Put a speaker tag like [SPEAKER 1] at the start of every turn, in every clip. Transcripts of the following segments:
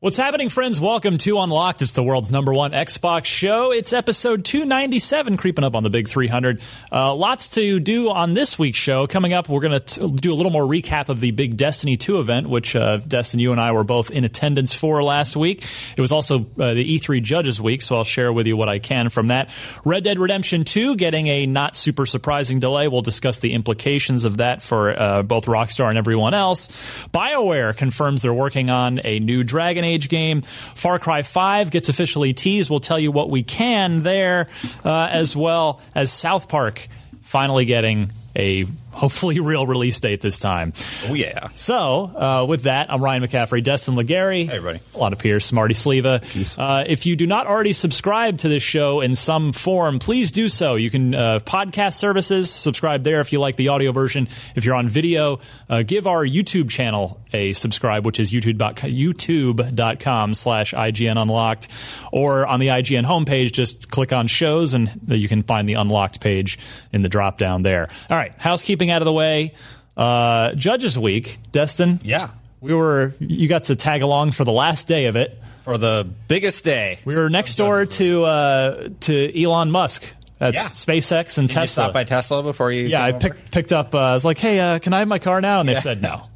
[SPEAKER 1] What's happening, friends? Welcome to Unlocked. It's the world's number one Xbox show. It's episode 297, creeping up on the big 300. Uh, lots to do on this week's show. Coming up, we're going to do a little more recap of the big Destiny 2 event, which uh, Destin, you and I were both in attendance for last week. It was also uh, the E3 Judges Week, so I'll share with you what I can from that. Red Dead Redemption 2 getting a not super surprising delay. We'll discuss the implications of that for uh, both Rockstar and everyone else. BioWare confirms they're working on a new Dragon Age game. Far Cry 5 gets officially teased. We'll tell you what we can there, uh, as well as South Park finally getting a hopefully real release date this time.
[SPEAKER 2] Oh yeah.
[SPEAKER 1] So, uh, with that, I'm Ryan McCaffrey, Destin Legary.
[SPEAKER 2] Hey, everybody.
[SPEAKER 1] Lana Pierce, Marty Sleva. Uh, if you do not already subscribe to this show in some form, please do so. You can uh, podcast services, subscribe there if you like the audio version. If you're on video, uh, give our YouTube channel a subscribe, which is youtube.com, youtube.com slash IGN Unlocked. Or on the IGN homepage, just click on shows and you can find the Unlocked page in the drop down there. All right, housekeeping out of the way. Uh, Judges Week, Destin.
[SPEAKER 2] Yeah.
[SPEAKER 1] We were, you got to tag along for the last day of it.
[SPEAKER 2] For the biggest day.
[SPEAKER 1] We were next door to uh, to Elon Musk. That's
[SPEAKER 2] Yeah.
[SPEAKER 1] SpaceX and
[SPEAKER 2] Did
[SPEAKER 1] Tesla.
[SPEAKER 2] you stop by Tesla before you?
[SPEAKER 1] yeah, I
[SPEAKER 2] came over?
[SPEAKER 1] picked picked up. Uh, I was like, "Hey, uh, can I have my car now?" And they said no.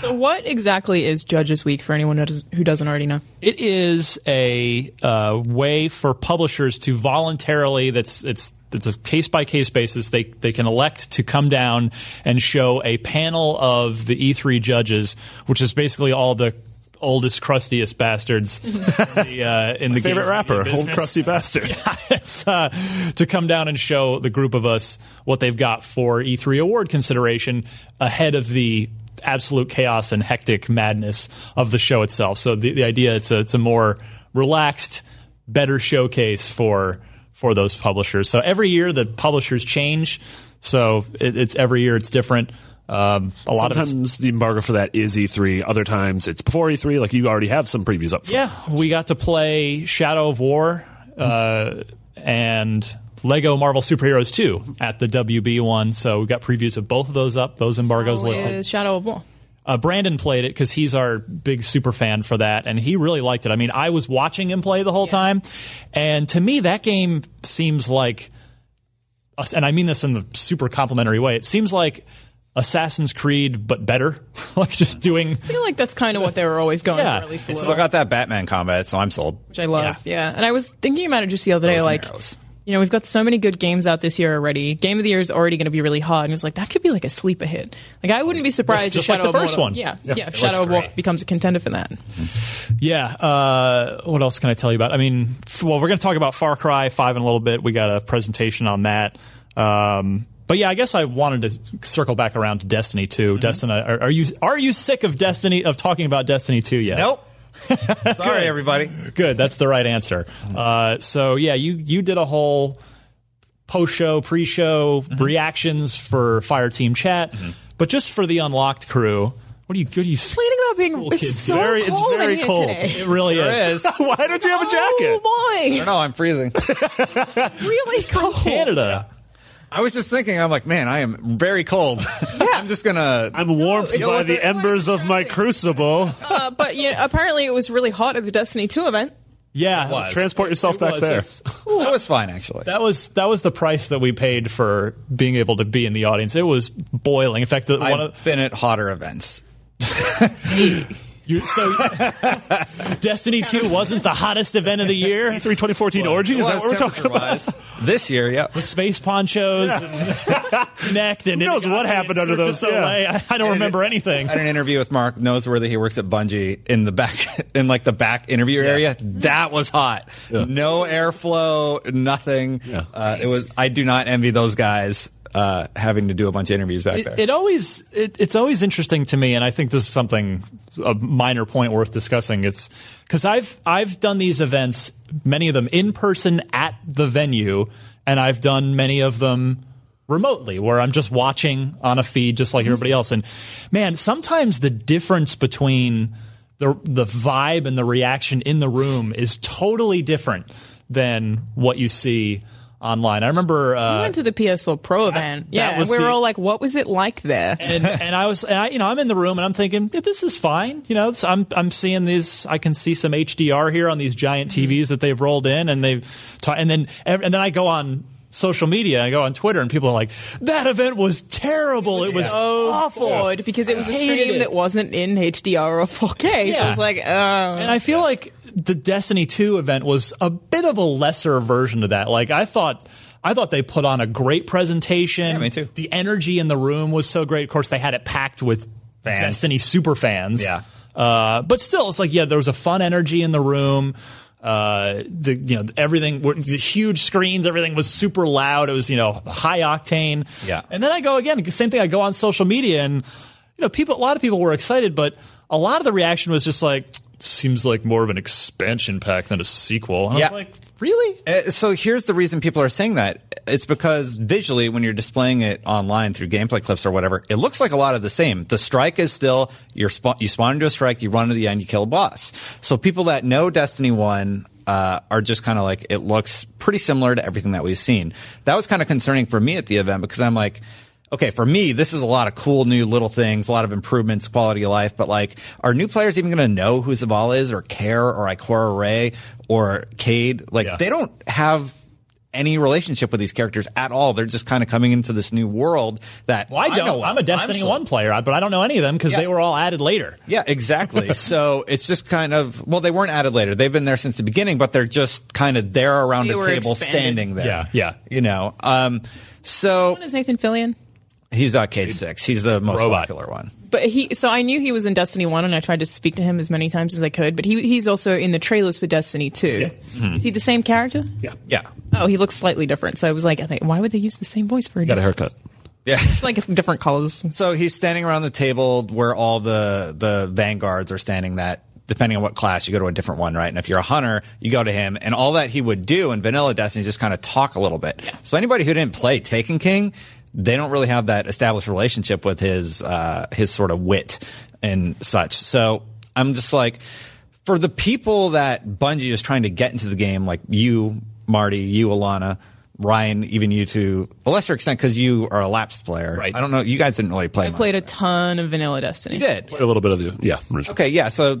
[SPEAKER 3] So what exactly is Judges Week for anyone who does- who doesn't already know?
[SPEAKER 1] It is a uh, way for publishers to voluntarily. That's it's it's a case by case basis. They they can elect to come down and show a panel of the E3 judges, which is basically all the oldest, crustiest bastards in the, uh, in the
[SPEAKER 4] Favorite
[SPEAKER 1] games media
[SPEAKER 4] rapper, old
[SPEAKER 1] business.
[SPEAKER 4] crusty bastard.
[SPEAKER 1] it's, uh, to come down and show the group of us what they've got for E3 award consideration ahead of the absolute chaos and hectic madness of the show itself. So the, the idea it's a, it's a more relaxed, better showcase for for those publishers. So every year the publishers change. So it, it's every year it's different. Um, a lot of it's-
[SPEAKER 4] Sometimes the embargo for that is E3. Other times it's before E3. Like you already have some previews up. Front.
[SPEAKER 1] Yeah, we got to play Shadow of War uh, and Lego Marvel Superheroes 2 at the WB one. So we got previews of both of those up. Those embargoes
[SPEAKER 3] Oh,
[SPEAKER 1] lifted.
[SPEAKER 3] Is Shadow of War.
[SPEAKER 1] Uh, Brandon played it because he's our big super fan for that, and he really liked it. I mean, I was watching him play the whole time, and to me, that game seems like, us- and I mean this in the super complimentary way. It seems like Assassin's Creed, but better. like just doing
[SPEAKER 3] I feel like that's kind of what they were always going
[SPEAKER 1] Yeah.
[SPEAKER 3] for, at least a
[SPEAKER 2] It's
[SPEAKER 3] little,
[SPEAKER 2] still got that Batman combat, so I'm sold.
[SPEAKER 3] which I love. Yeah. and I was thinking about it just the other day,
[SPEAKER 2] Those
[SPEAKER 3] like.
[SPEAKER 2] narrows.
[SPEAKER 3] You know, we've got so many good games out this year already. Game of the Year is already going to be really hard. And it's like, that could be like a sleeper hit. Like, I wouldn't be surprised
[SPEAKER 1] Just
[SPEAKER 3] if
[SPEAKER 1] like
[SPEAKER 3] Shadow
[SPEAKER 1] the
[SPEAKER 3] of War-
[SPEAKER 1] first one.
[SPEAKER 3] Yeah.
[SPEAKER 4] Yeah.
[SPEAKER 3] Yeah.
[SPEAKER 4] It
[SPEAKER 3] if Shadow
[SPEAKER 1] looks
[SPEAKER 3] of War
[SPEAKER 1] great.
[SPEAKER 3] becomes a contender for that.
[SPEAKER 1] Yeah. Uh, what else can I tell you about? I mean, f- well, we're going to talk about Far Cry Five in a little bit. We got a presentation on that. Um, but yeah, I guess I wanted to circle back around to Destiny 2 Destiny, are, are you are you sick of Destiny of talking about Destiny Two yet?
[SPEAKER 2] Nope. Sorry, everybody.
[SPEAKER 1] Good. That's the right answer. Uh, so yeah, you you did a whole post show, pre show reactions for Fire Team Chat, but just for the Unlocked crew. What are you? What are you?
[SPEAKER 3] Complaining about being.
[SPEAKER 1] Cool
[SPEAKER 3] it's
[SPEAKER 1] kids.
[SPEAKER 3] so
[SPEAKER 4] Very-
[SPEAKER 3] cold
[SPEAKER 4] it's very
[SPEAKER 3] in here
[SPEAKER 4] cold.
[SPEAKER 3] Today.
[SPEAKER 1] It really
[SPEAKER 2] There
[SPEAKER 1] is.
[SPEAKER 2] is. I
[SPEAKER 4] Why don't you have a jacket?
[SPEAKER 3] Oh, boy.
[SPEAKER 2] don't know. I'm freezing.
[SPEAKER 3] Really cold.
[SPEAKER 1] Canada.
[SPEAKER 2] I was just thinking, I'm like, man, I am very cold. I'm just gonna.
[SPEAKER 4] I'm warmed
[SPEAKER 3] it's
[SPEAKER 4] by
[SPEAKER 3] not
[SPEAKER 4] the
[SPEAKER 3] that
[SPEAKER 4] embers of my
[SPEAKER 3] distracting.
[SPEAKER 4] crucible.
[SPEAKER 3] Uh, but yeah, apparently it was really hot at the Destiny 2 event.
[SPEAKER 1] Yeah,
[SPEAKER 4] Transport yourself
[SPEAKER 1] It
[SPEAKER 4] back
[SPEAKER 1] was.
[SPEAKER 4] there.
[SPEAKER 1] It's-
[SPEAKER 2] that was fine actually.
[SPEAKER 1] That was that was the price that we paid for being able to be in the audience. It was boiling. In fact, the, one
[SPEAKER 2] I've
[SPEAKER 1] of
[SPEAKER 2] been at hotter events.
[SPEAKER 1] you, so Destiny Two wasn't the hottest event of the year.
[SPEAKER 4] E3 2014 orgy? Is that what we're talking about?
[SPEAKER 2] this year? Yeah.
[SPEAKER 1] Space ponchos, and necked, and
[SPEAKER 4] Who knows what happened under those, yeah.
[SPEAKER 1] I, I don't remember anything.
[SPEAKER 2] I had an interview with Mark Noseworthy. He works at Bungie in the back, in like the back interview area. That was hot. No airflow, nothing. Uh, it was. I do not envy those guys uh, having to do a bunch of interviews back there.
[SPEAKER 1] It, it always it, it's always interesting to me, and I think this is something a minor point worth discussing. It's because I've I've done these events, many of them in person at the venue, and I've done many of them remotely where I'm just watching on a feed just like everybody else. And man, sometimes the difference between the the vibe and the reaction in the room is totally different than what you see online. I remember uh,
[SPEAKER 3] We went to the PS4 Pro event.
[SPEAKER 1] that
[SPEAKER 3] Yeah,
[SPEAKER 1] was
[SPEAKER 3] we were
[SPEAKER 1] the-
[SPEAKER 3] all like, what was it like there?
[SPEAKER 1] and and I was and I, you know I'm in the room and I'm thinking "Yeah, this is fine you know so I'm I'm seeing these I can see some HDR here on these
[SPEAKER 2] Mm-hmm.
[SPEAKER 1] giant TVs that they've rolled in and they've ta- and then ev- and then I go on social media I go on Twitter and people are like that event was terrible it was,
[SPEAKER 3] so
[SPEAKER 1] awful
[SPEAKER 3] bored because it was a
[SPEAKER 1] Hated
[SPEAKER 3] stream
[SPEAKER 1] it.
[SPEAKER 3] that wasn't in HDR or 4K. So
[SPEAKER 1] Yeah.
[SPEAKER 3] I was like, oh.
[SPEAKER 1] and I feel like the Destiny 2 event was a bit of a lesser version of that. Like I thought I thought they put on a great presentation.
[SPEAKER 2] Yeah, me too.
[SPEAKER 1] The energy in the room was so great. Of course, they had it packed with
[SPEAKER 2] Fans.
[SPEAKER 1] Destiny super fans.
[SPEAKER 2] Yeah.
[SPEAKER 1] Uh, but still, it's like yeah, there was a fun energy in the room. Uh, the you know everything were- the huge screens, everything was super loud. It was you know high octane.
[SPEAKER 2] Yeah.
[SPEAKER 1] And then I go again, same thing. I go on social media and you know people, a lot of people were excited, but a lot of the reaction was just like seems like more of an expansion pack than a sequel. And I
[SPEAKER 2] Yeah.
[SPEAKER 1] was like, really?
[SPEAKER 2] Uh, so here's the reason people are saying that. It's because visually, when you're displaying it online through gameplay clips or whatever, it looks like a lot of the same. The strike is still you're spa- you spawn into a strike, you run to the end, you kill a boss. So people that know Destiny One. Uh, are just kind of like it looks pretty similar to everything that we've seen. That was kind of concerning for me at the event because I'm like, okay, for me, this is a lot of cool new little things, a lot of improvements, quality of life. But like, are new players even going to know who Zavala is or care or Ikora Ray or Cade? Like,
[SPEAKER 1] Yeah.
[SPEAKER 2] they don't have any relationship with these characters at all. They're just kind of coming into this new world that
[SPEAKER 1] Well, I don't. I
[SPEAKER 2] know
[SPEAKER 1] am a Destiny
[SPEAKER 2] so-
[SPEAKER 1] One player, I- but I don't know any of them because
[SPEAKER 2] Yeah.
[SPEAKER 1] they were all added later.
[SPEAKER 2] Yeah, exactly. so it's just kind of well, they weren't added later. They've been there since the beginning, but they're just kind of there around
[SPEAKER 3] They
[SPEAKER 2] a
[SPEAKER 3] were
[SPEAKER 2] table,
[SPEAKER 3] expanded.
[SPEAKER 2] standing there.
[SPEAKER 1] Yeah, yeah.
[SPEAKER 2] You know, um, so
[SPEAKER 3] What is Nathan Fillion?
[SPEAKER 2] he's uh, Cade Six. He's the most
[SPEAKER 1] Robot.
[SPEAKER 2] popular one.
[SPEAKER 3] But he, so I knew he was in Destiny 1 and I tried to speak to him as many times as I could, but he, he's also in the trailers for Destiny 2. Is he the same character?
[SPEAKER 4] Yeah.
[SPEAKER 2] Yeah,
[SPEAKER 3] Oh, he looks slightly different. So I was like, I think, why would they use the same voice for a
[SPEAKER 4] Got a
[SPEAKER 3] different?
[SPEAKER 4] haircut.
[SPEAKER 2] yeah.
[SPEAKER 3] It's like different colors.
[SPEAKER 2] So he's standing around the table where all the the vanguards are standing. That depending on what class you go to a different one, right? And if you're a hunter, you go to him. And all that he would do in Vanilla Destiny is just kind of talk a little bit. So anybody who didn't play Taken King, they don't really have that established relationship with his uh, his sort of wit and such. So I'm just like, for the people that Bungie is trying to get into the game, like you, Marty, you, Alana. Ryan, even you to a lesser extent because you are a lapsed player.
[SPEAKER 1] Right.
[SPEAKER 2] I don't know. You guys didn't really play.
[SPEAKER 3] I
[SPEAKER 2] much.
[SPEAKER 3] played a ton of Vanilla Destiny.
[SPEAKER 2] You did.
[SPEAKER 4] Quite a little bit of the yeah. original.
[SPEAKER 2] Okay, yeah. So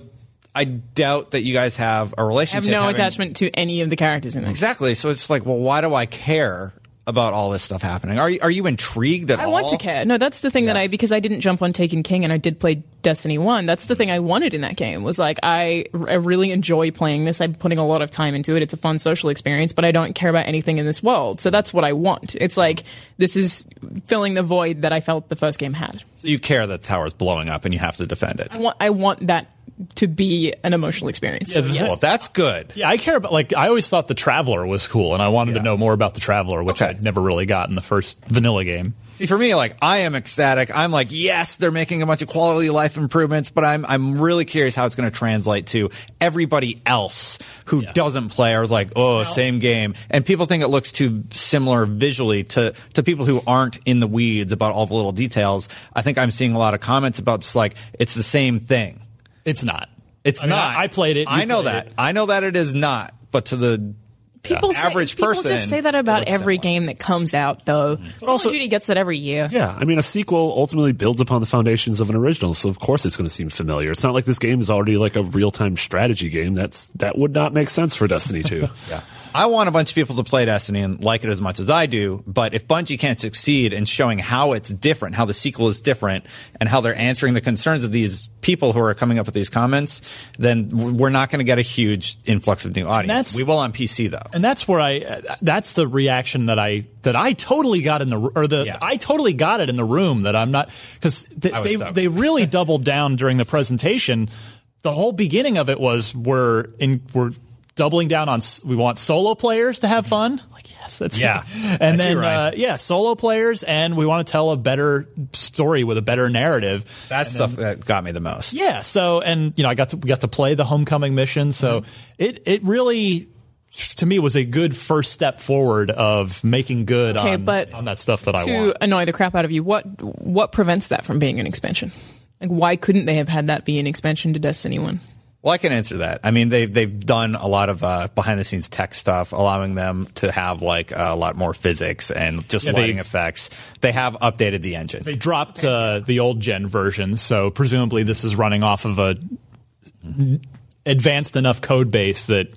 [SPEAKER 2] I doubt that you guys have a
[SPEAKER 3] I have
[SPEAKER 2] relationship.
[SPEAKER 3] no
[SPEAKER 2] having-
[SPEAKER 3] attachment to any of the characters in this.
[SPEAKER 2] Exactly. So it's like, well, why do I care about all this stuff happening? Are you, are you intrigued at
[SPEAKER 3] I
[SPEAKER 2] all?
[SPEAKER 3] want to care. No, that's the thing that I because I didn't jump on Taken King and I did play Destiny One. That's the thing I wanted in that game was like I, I really enjoy playing this. I'm putting a lot of time into it. It's a fun social experience, but I don't care about anything in this world. So that's what I want. It's like this is filling the void that I felt the first game had.
[SPEAKER 2] So you care that the tower's blowing up and you have to defend it.
[SPEAKER 3] I want I want that to be an emotional experience.
[SPEAKER 2] Well, that's good.
[SPEAKER 1] Yeah, I care about like I always thought the Traveler was cool, and I wanted to know more about the Traveler, which
[SPEAKER 2] Okay.
[SPEAKER 1] I'd never really got in the first vanilla game.
[SPEAKER 2] See, for me, like I am ecstatic. I'm like, yes, they're making a bunch of quality of life improvements, but I'm I'm really curious how it's going to translate to everybody else who doesn't play or is like, oh, same game. And people think it looks too similar visually to to people who aren't in the weeds about all the little details. I think I'm seeing a lot of comments about just like it's the same thing.
[SPEAKER 1] It's not.
[SPEAKER 2] It's
[SPEAKER 1] I mean,
[SPEAKER 2] not.
[SPEAKER 1] I, I played it. you
[SPEAKER 2] I know
[SPEAKER 1] played
[SPEAKER 2] that.
[SPEAKER 1] it.
[SPEAKER 2] I know that it is not. But to the
[SPEAKER 3] People say,
[SPEAKER 2] Average
[SPEAKER 3] people
[SPEAKER 2] person
[SPEAKER 3] just say that about
[SPEAKER 2] looks
[SPEAKER 3] every
[SPEAKER 2] similar.
[SPEAKER 3] game that comes out, though. Call
[SPEAKER 4] also-
[SPEAKER 3] of Duty gets that every year.
[SPEAKER 4] Yeah, I mean, a sequel ultimately builds upon the foundations of an original, so of course it's going to seem familiar. It's not like this game is already like a real time strategy game. That's that would not make sense for Destiny Two. yeah,
[SPEAKER 2] I want a bunch of people to play Destiny and like it as much as I do, but if Bungie can't succeed in showing how it's different, how the sequel is different, and how they're answering the concerns of these people who are coming up with these comments, then w- we're not going to get a huge influx of new audience.
[SPEAKER 1] That's-
[SPEAKER 2] We will on PC though.
[SPEAKER 1] and that's where I uh, that's the reaction that I that I totally got in the or the
[SPEAKER 2] Yeah.
[SPEAKER 1] I totally got it in the room that I'm not because th-
[SPEAKER 2] I was
[SPEAKER 1] they
[SPEAKER 2] stoked.
[SPEAKER 1] they really doubled down during the presentation. The whole beginning of it was we're in we're doubling down on s- we want solo players to have fun. Like yes, that's
[SPEAKER 2] Yeah.
[SPEAKER 1] and
[SPEAKER 2] That's you,
[SPEAKER 1] then uh,
[SPEAKER 2] Ryan.
[SPEAKER 1] yeah, solo players, and we want to tell a better story with a better narrative.
[SPEAKER 2] That's stuff that got me the most.
[SPEAKER 1] Yeah. So, and you know, I got to, we got to play the homecoming mission. So
[SPEAKER 3] Mm-hmm.
[SPEAKER 1] it it really to me was a good first step forward of making good
[SPEAKER 3] Okay,
[SPEAKER 1] on,
[SPEAKER 3] but
[SPEAKER 1] on that stuff that I
[SPEAKER 3] to
[SPEAKER 1] want.
[SPEAKER 3] annoy the crap out of you, what what prevents that from being an expansion? Like, why couldn't they have had that be an expansion to Destiny One?
[SPEAKER 2] Well, I can answer that. I mean, they've they've done a lot of uh, behind the scenes tech stuff, allowing them to have like a lot more physics and just
[SPEAKER 1] Yeah, they-
[SPEAKER 2] lighting effects. They have updated the engine.
[SPEAKER 1] They dropped uh, the old gen version, so presumably this is running off of a advanced enough code base that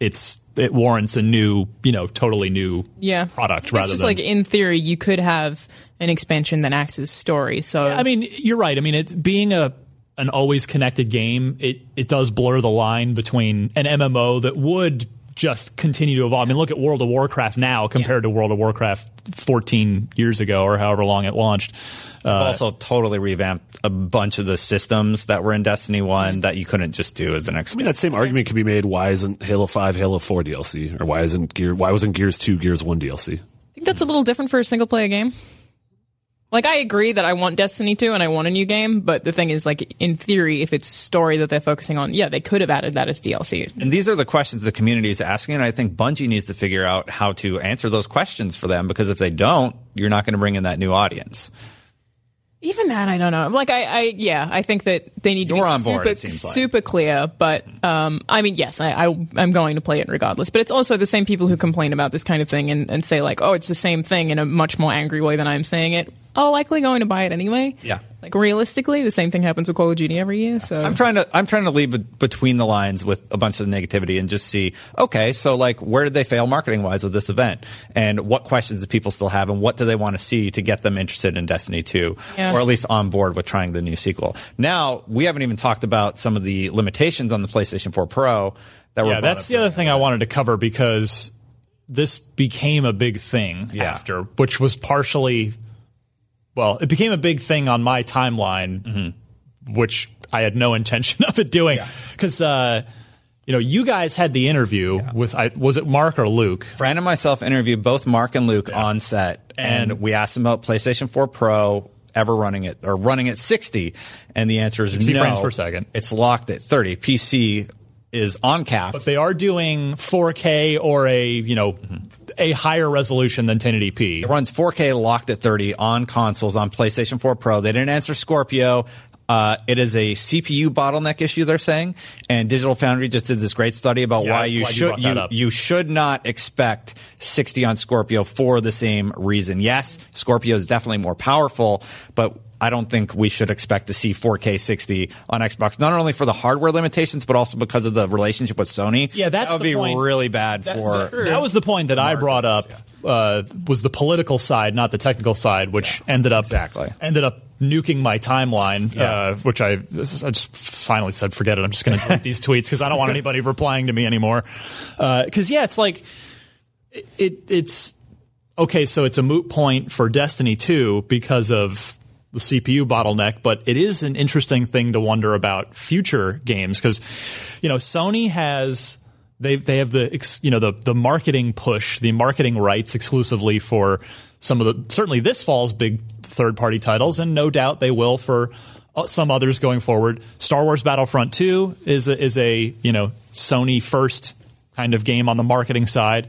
[SPEAKER 1] it's it warrants a new, you know, totally new
[SPEAKER 3] Yeah,
[SPEAKER 1] product
[SPEAKER 3] It's
[SPEAKER 1] rather
[SPEAKER 3] just
[SPEAKER 1] than
[SPEAKER 3] like in theory, you could have an expansion that acts as story. So
[SPEAKER 1] I mean, you're right. I mean, it being a an always connected game, it it does blur the line between an MMO that would just continue to evolve. I mean, look at World of Warcraft now compared to World of Warcraft 14 years ago or however long it launched. Uh,
[SPEAKER 2] They've also totally revamped a bunch of the systems that were in Destiny One that you couldn't just do as an
[SPEAKER 4] I mean,
[SPEAKER 2] expansion.
[SPEAKER 4] that same argument could be made. Why isn't Halo Five, Halo Four DLC, or why isn't Gear? Why wasn't Gears Two, Gears One DLC?
[SPEAKER 3] think that's a little different for a single player game. Like I agree that I want Destiny 2 and I want a new game, but the thing is like in theory if it's story that they're focusing on, yeah, they could have added that as DLC.
[SPEAKER 2] And these are the questions the community is asking, and I think Bungie needs to figure out how to answer those questions for them because if they don't, you're not going to bring in that new audience.
[SPEAKER 3] Even that I don't know. Like I, I yeah, I think that they need to
[SPEAKER 2] You're
[SPEAKER 3] be
[SPEAKER 2] on board,
[SPEAKER 3] super,
[SPEAKER 2] it seems like. Hmm.
[SPEAKER 3] super clear, but um I mean yes, I, I I'm going to play it regardless. But it's also the same people who complain about this kind of thing and, and say like, Oh, it's the same thing in a much more angry way than I'm saying it, are likely going to buy it anyway.
[SPEAKER 2] Yeah.
[SPEAKER 3] Like realistically, the same thing happens with Call of Duty every year. So
[SPEAKER 2] I'm trying to I'm trying to leave be- between the lines with a bunch of the negativity and just see okay so like where did they fail marketing wise with this event and what questions do people still have and what do they want to see to get them interested in Destiny 2
[SPEAKER 3] Yeah.
[SPEAKER 2] or at least on board with trying the new sequel. Now we haven't even talked about some of the limitations on the PlayStation 4 Pro that were
[SPEAKER 1] Yeah,
[SPEAKER 2] brought
[SPEAKER 1] that's
[SPEAKER 2] up
[SPEAKER 1] the other thing I wanted to cover because this became a big thing
[SPEAKER 2] Yeah.
[SPEAKER 1] after, which was partially, well, it became a big thing on my timeline, which I had no intention of it doing because. Uh, you know, you guys had the interview with I, was it Mark or Luke?
[SPEAKER 2] Fran and myself interviewed both Mark and Luke on set, and,
[SPEAKER 1] And-
[SPEAKER 2] we asked them about PlayStation 4 Pro ever running it or running at 60, and the answer is
[SPEAKER 1] 60
[SPEAKER 2] no.
[SPEAKER 1] frames per second.
[SPEAKER 2] It's locked at 30. PC is on cap.
[SPEAKER 1] But they are doing 4K or a you know a higher resolution than 1080p.
[SPEAKER 2] It runs 4K locked at 30 on consoles on PlayStation 4 Pro. They didn't answer Scorpio. Uh, it is a CPU bottleneck issue, they're saying, and Digital Foundry just did this great study about
[SPEAKER 1] Yeah,
[SPEAKER 2] why
[SPEAKER 1] I'm
[SPEAKER 2] you
[SPEAKER 1] glad you
[SPEAKER 2] should
[SPEAKER 1] brought that
[SPEAKER 2] you,
[SPEAKER 1] up.
[SPEAKER 2] you should not expect 60 on Scorpio for the same reason. Yes, Scorpio is definitely more powerful, but I don't think we should expect to see 4K 60 on Xbox. Not only for the hardware limitations, but also because of the relationship with Sony.
[SPEAKER 1] Yeah, that's
[SPEAKER 2] that would
[SPEAKER 1] the
[SPEAKER 2] be
[SPEAKER 1] point.
[SPEAKER 2] really bad for
[SPEAKER 1] That was the point that I brought up. Uh, was the political side, not the technical side, which ended up
[SPEAKER 2] exactly.
[SPEAKER 1] ended up nuking my timeline, uh, which I I just finally said forget it. I'm just going to delete these tweets because I don't want anybody replying to me anymore. Because yeah, it's like it, it it's okay. So it's a moot point for Destiny two because of the CPU bottleneck, but it is an interesting thing to wonder about future games because you know Sony has they they have the ex, you know the the marketing push, the marketing rights exclusively for some of the certainly this fall's big third party titles, and no doubt they will for uh, some others going forward. Star Wars Battlefront two is a, is a you know Sony first kind of game on the marketing side,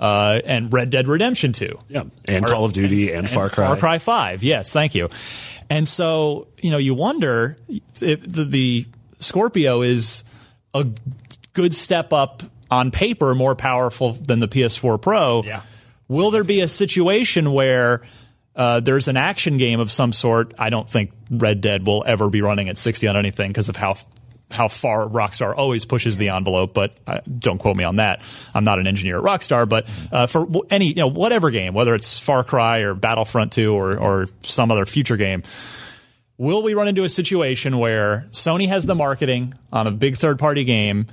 [SPEAKER 1] uh, and Red Dead Redemption two.
[SPEAKER 4] Yeah, and Call of Duty and, Far Cry.
[SPEAKER 1] Far Cry Five. Yes, thank you. And so you know, you wonder if the, the Scorpio is a good step up on paper more powerful than the PS4 Pro.
[SPEAKER 5] Yeah.
[SPEAKER 1] Will there be a situation where uh, there's an action game of some sort? I don't think Red Dead will ever be running at 60 on anything because of how how far Rockstar always pushes the envelope. But uh, don't quote me on that. I'm not an engineer at Rockstar, but uh, for w- any you know whatever game, whether it's Far Cry or Battlefront 2 or or some other future game, will we run into a situation where Sony has the marketing on a big third party game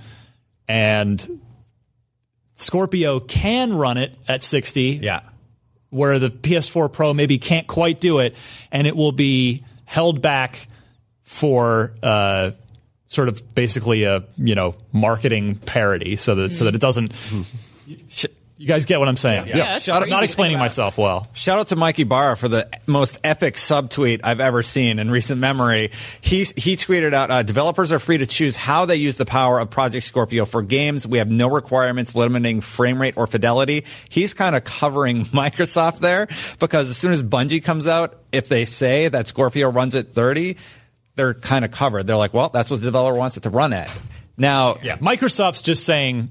[SPEAKER 1] and Scorpio can run it at 60
[SPEAKER 2] Yeah.
[SPEAKER 1] where the PS4 Pro maybe can't quite do it, and it will be held back for uh, sort of basically a you know marketing parody, so that so that it doesn't. You guys get what I'm saying? Yeah,
[SPEAKER 3] Hmm. that's
[SPEAKER 2] Shout out-
[SPEAKER 3] crazy to
[SPEAKER 1] not
[SPEAKER 3] think
[SPEAKER 1] explaining
[SPEAKER 3] about.
[SPEAKER 1] myself well.
[SPEAKER 2] Shout out to Mikey Barra for the most epic subtweet I've ever seen in recent memory. He he tweeted out, uh, "Developers are free to choose how they use the power of Project Scorpio for games. We have no requirements limiting frame rate or fidelity." He's kind of covering Microsoft there because as soon as Bungie comes out, if they say that Scorpio runs at thirty, they're kind of covered. They're like, "Well, that's what the developer wants it to run at." Now,
[SPEAKER 1] Yeah, Microsoft's just saying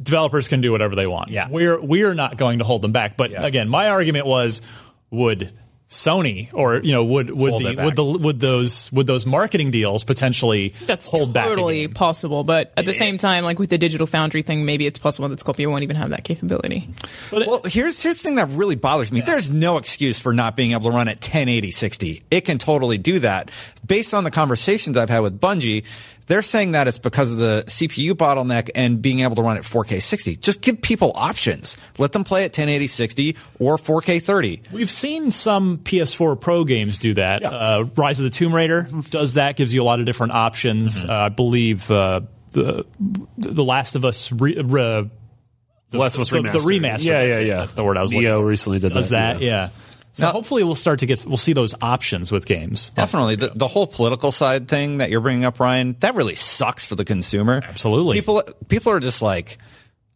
[SPEAKER 1] developers can do whatever they want.
[SPEAKER 2] Yeah.
[SPEAKER 1] we're we're not going to hold them back. But again, my argument was would Sony or you know would would
[SPEAKER 2] Hold it
[SPEAKER 1] the,
[SPEAKER 2] back.
[SPEAKER 1] would the would those would those marketing deals potentially
[SPEAKER 3] That's
[SPEAKER 1] hold back? a
[SPEAKER 3] totally
[SPEAKER 1] game?
[SPEAKER 3] possible, but at the same time, like with the digital foundry thing, maybe it's possible that Scorpio won't even have that capability.
[SPEAKER 2] Well, here's here's the thing that really bothers me. There's no excuse for not being able to run at 1080 60. It can totally do that. Based on the conversations I've had with Bungie, they're saying that it's because of the CPU bottleneck and being able to run at 4K 60. Just give people options. Let them play at 1080 60 or 4K 30.
[SPEAKER 1] We've seen some PS4 Pro games do that. Uh, Rise of the Tomb Raider does that, gives you a lot of different options. Uh, I believe uh, the, the Last of Us re- re-
[SPEAKER 4] The Last of Us
[SPEAKER 1] the- the
[SPEAKER 4] remastered.
[SPEAKER 1] remaster,
[SPEAKER 4] Yeah,
[SPEAKER 1] that's
[SPEAKER 4] yeah,
[SPEAKER 1] it.
[SPEAKER 4] yeah.
[SPEAKER 1] That's the word I was
[SPEAKER 4] Neo
[SPEAKER 1] looking for.
[SPEAKER 4] recently did
[SPEAKER 1] does that. Yeah. So
[SPEAKER 2] Now-
[SPEAKER 1] hopefully we'll start to get we'll see those options with games.
[SPEAKER 2] Definitely. The, the whole political side thing that you're bringing up, Ryan, that really sucks for the consumer.
[SPEAKER 1] Absolutely.
[SPEAKER 2] People, people are just like,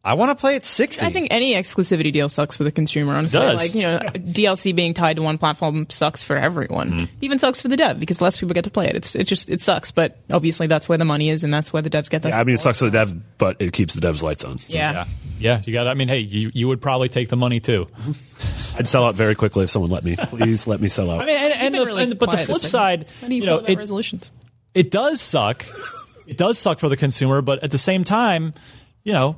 [SPEAKER 2] I want to play at 60.
[SPEAKER 3] I think any exclusivity deal sucks for the consumer, honestly.
[SPEAKER 1] does.
[SPEAKER 3] Like, you know, DLC being tied to one platform sucks for everyone. Even sucks for the dev because less people get to play it. It's it just it sucks, but obviously that's where the money is and that's where the devs get that.
[SPEAKER 4] Yeah, I mean, it sucks for the dev, but it keeps the devs lights on. So
[SPEAKER 3] yeah.
[SPEAKER 1] Yeah, you got. I mean, hey, you, you would probably take the money too.
[SPEAKER 4] I'd sell out very quickly if someone let me. Please let me sell out.
[SPEAKER 1] I mean, and, and,
[SPEAKER 3] been
[SPEAKER 1] the,
[SPEAKER 3] really
[SPEAKER 1] and- but the
[SPEAKER 3] quiet
[SPEAKER 1] flip
[SPEAKER 3] this
[SPEAKER 1] side,
[SPEAKER 3] segment. How do you,
[SPEAKER 1] you know,
[SPEAKER 3] feel about
[SPEAKER 1] it,
[SPEAKER 3] resolutions?
[SPEAKER 1] it does suck. it does suck for the consumer, but at the same time, you know,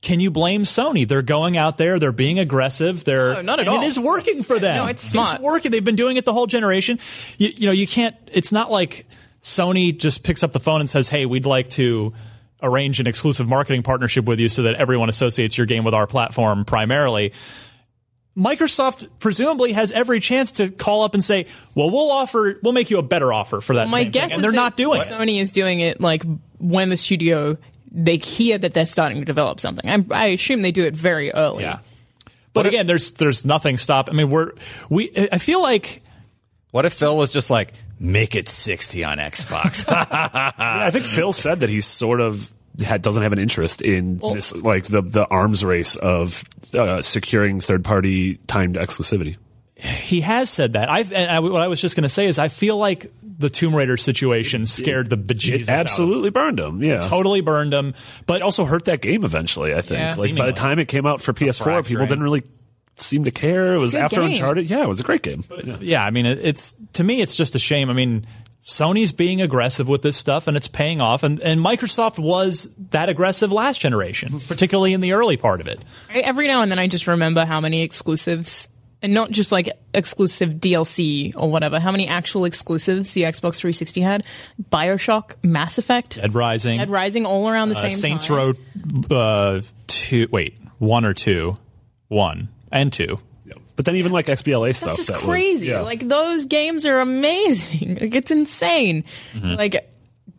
[SPEAKER 1] can you blame Sony? They're going out there, they're being aggressive, they're
[SPEAKER 3] No, not at
[SPEAKER 1] and
[SPEAKER 3] all.
[SPEAKER 1] It is working for them.
[SPEAKER 3] No, it's smart.
[SPEAKER 1] It's working. They've been doing it the whole generation. You, you know, you can't. It's not like Sony just picks up the phone and says, "Hey, we'd like to." Arrange an exclusive marketing partnership with you so that everyone associates your game with our platform primarily. Microsoft presumably has every chance to call up and say, "Well, we'll offer, we'll make you a better offer for that."
[SPEAKER 3] My
[SPEAKER 1] same
[SPEAKER 3] guess
[SPEAKER 1] thing.
[SPEAKER 3] is
[SPEAKER 1] and they're
[SPEAKER 3] that
[SPEAKER 1] not doing it.
[SPEAKER 3] Sony is doing it like when the studio they hear that they're starting to develop something. I'm, I assume they do it very early.
[SPEAKER 1] Yeah. But again, there's there's nothing stop. I mean, we're we. I feel like
[SPEAKER 2] what if Phil was just like, make it 60 on Xbox?
[SPEAKER 4] Yeah, I think Phil said that he sort of had, doesn't have an interest in this, like the the arms race of uh, securing third party timed exclusivity.
[SPEAKER 1] he has said that. I've and I, what I was just going to say is I feel like the Tomb Raider situation scared the bejesus out
[SPEAKER 4] It
[SPEAKER 1] of him.
[SPEAKER 4] absolutely burned him. Yeah,
[SPEAKER 1] totally burned him. But
[SPEAKER 4] It also hurt that game eventually. I think.
[SPEAKER 3] Yeah.
[SPEAKER 4] like by the time it came out for PS4,
[SPEAKER 2] fracturing.
[SPEAKER 4] people didn't really seem to care. It was
[SPEAKER 3] Good
[SPEAKER 4] after
[SPEAKER 3] game.
[SPEAKER 4] Uncharted. Yeah, it was a great game. Yeah.
[SPEAKER 1] yeah, I mean, it, it's to me, it's just a shame. I mean, Sony's being aggressive with this stuff, and it's paying off. And and Microsoft was that aggressive last generation, particularly in the early part of it.
[SPEAKER 3] I, every now and then I just remember how many exclusives and not just like exclusive DLC or whatever, how many actual exclusives the Xbox 360 had. Bioshock, Mass Effect,
[SPEAKER 1] Ed Rising,
[SPEAKER 3] Dead Rising all around the
[SPEAKER 1] uh,
[SPEAKER 3] same
[SPEAKER 1] Saints
[SPEAKER 3] time.
[SPEAKER 1] Row uh, two. Wait, one or two, one and two.
[SPEAKER 4] But then even like XBLA stuff.
[SPEAKER 3] That's just
[SPEAKER 4] that was-
[SPEAKER 3] crazy.
[SPEAKER 4] yeah.
[SPEAKER 3] Like those games are amazing. Like it's insane.
[SPEAKER 4] Mm-hmm.
[SPEAKER 3] Like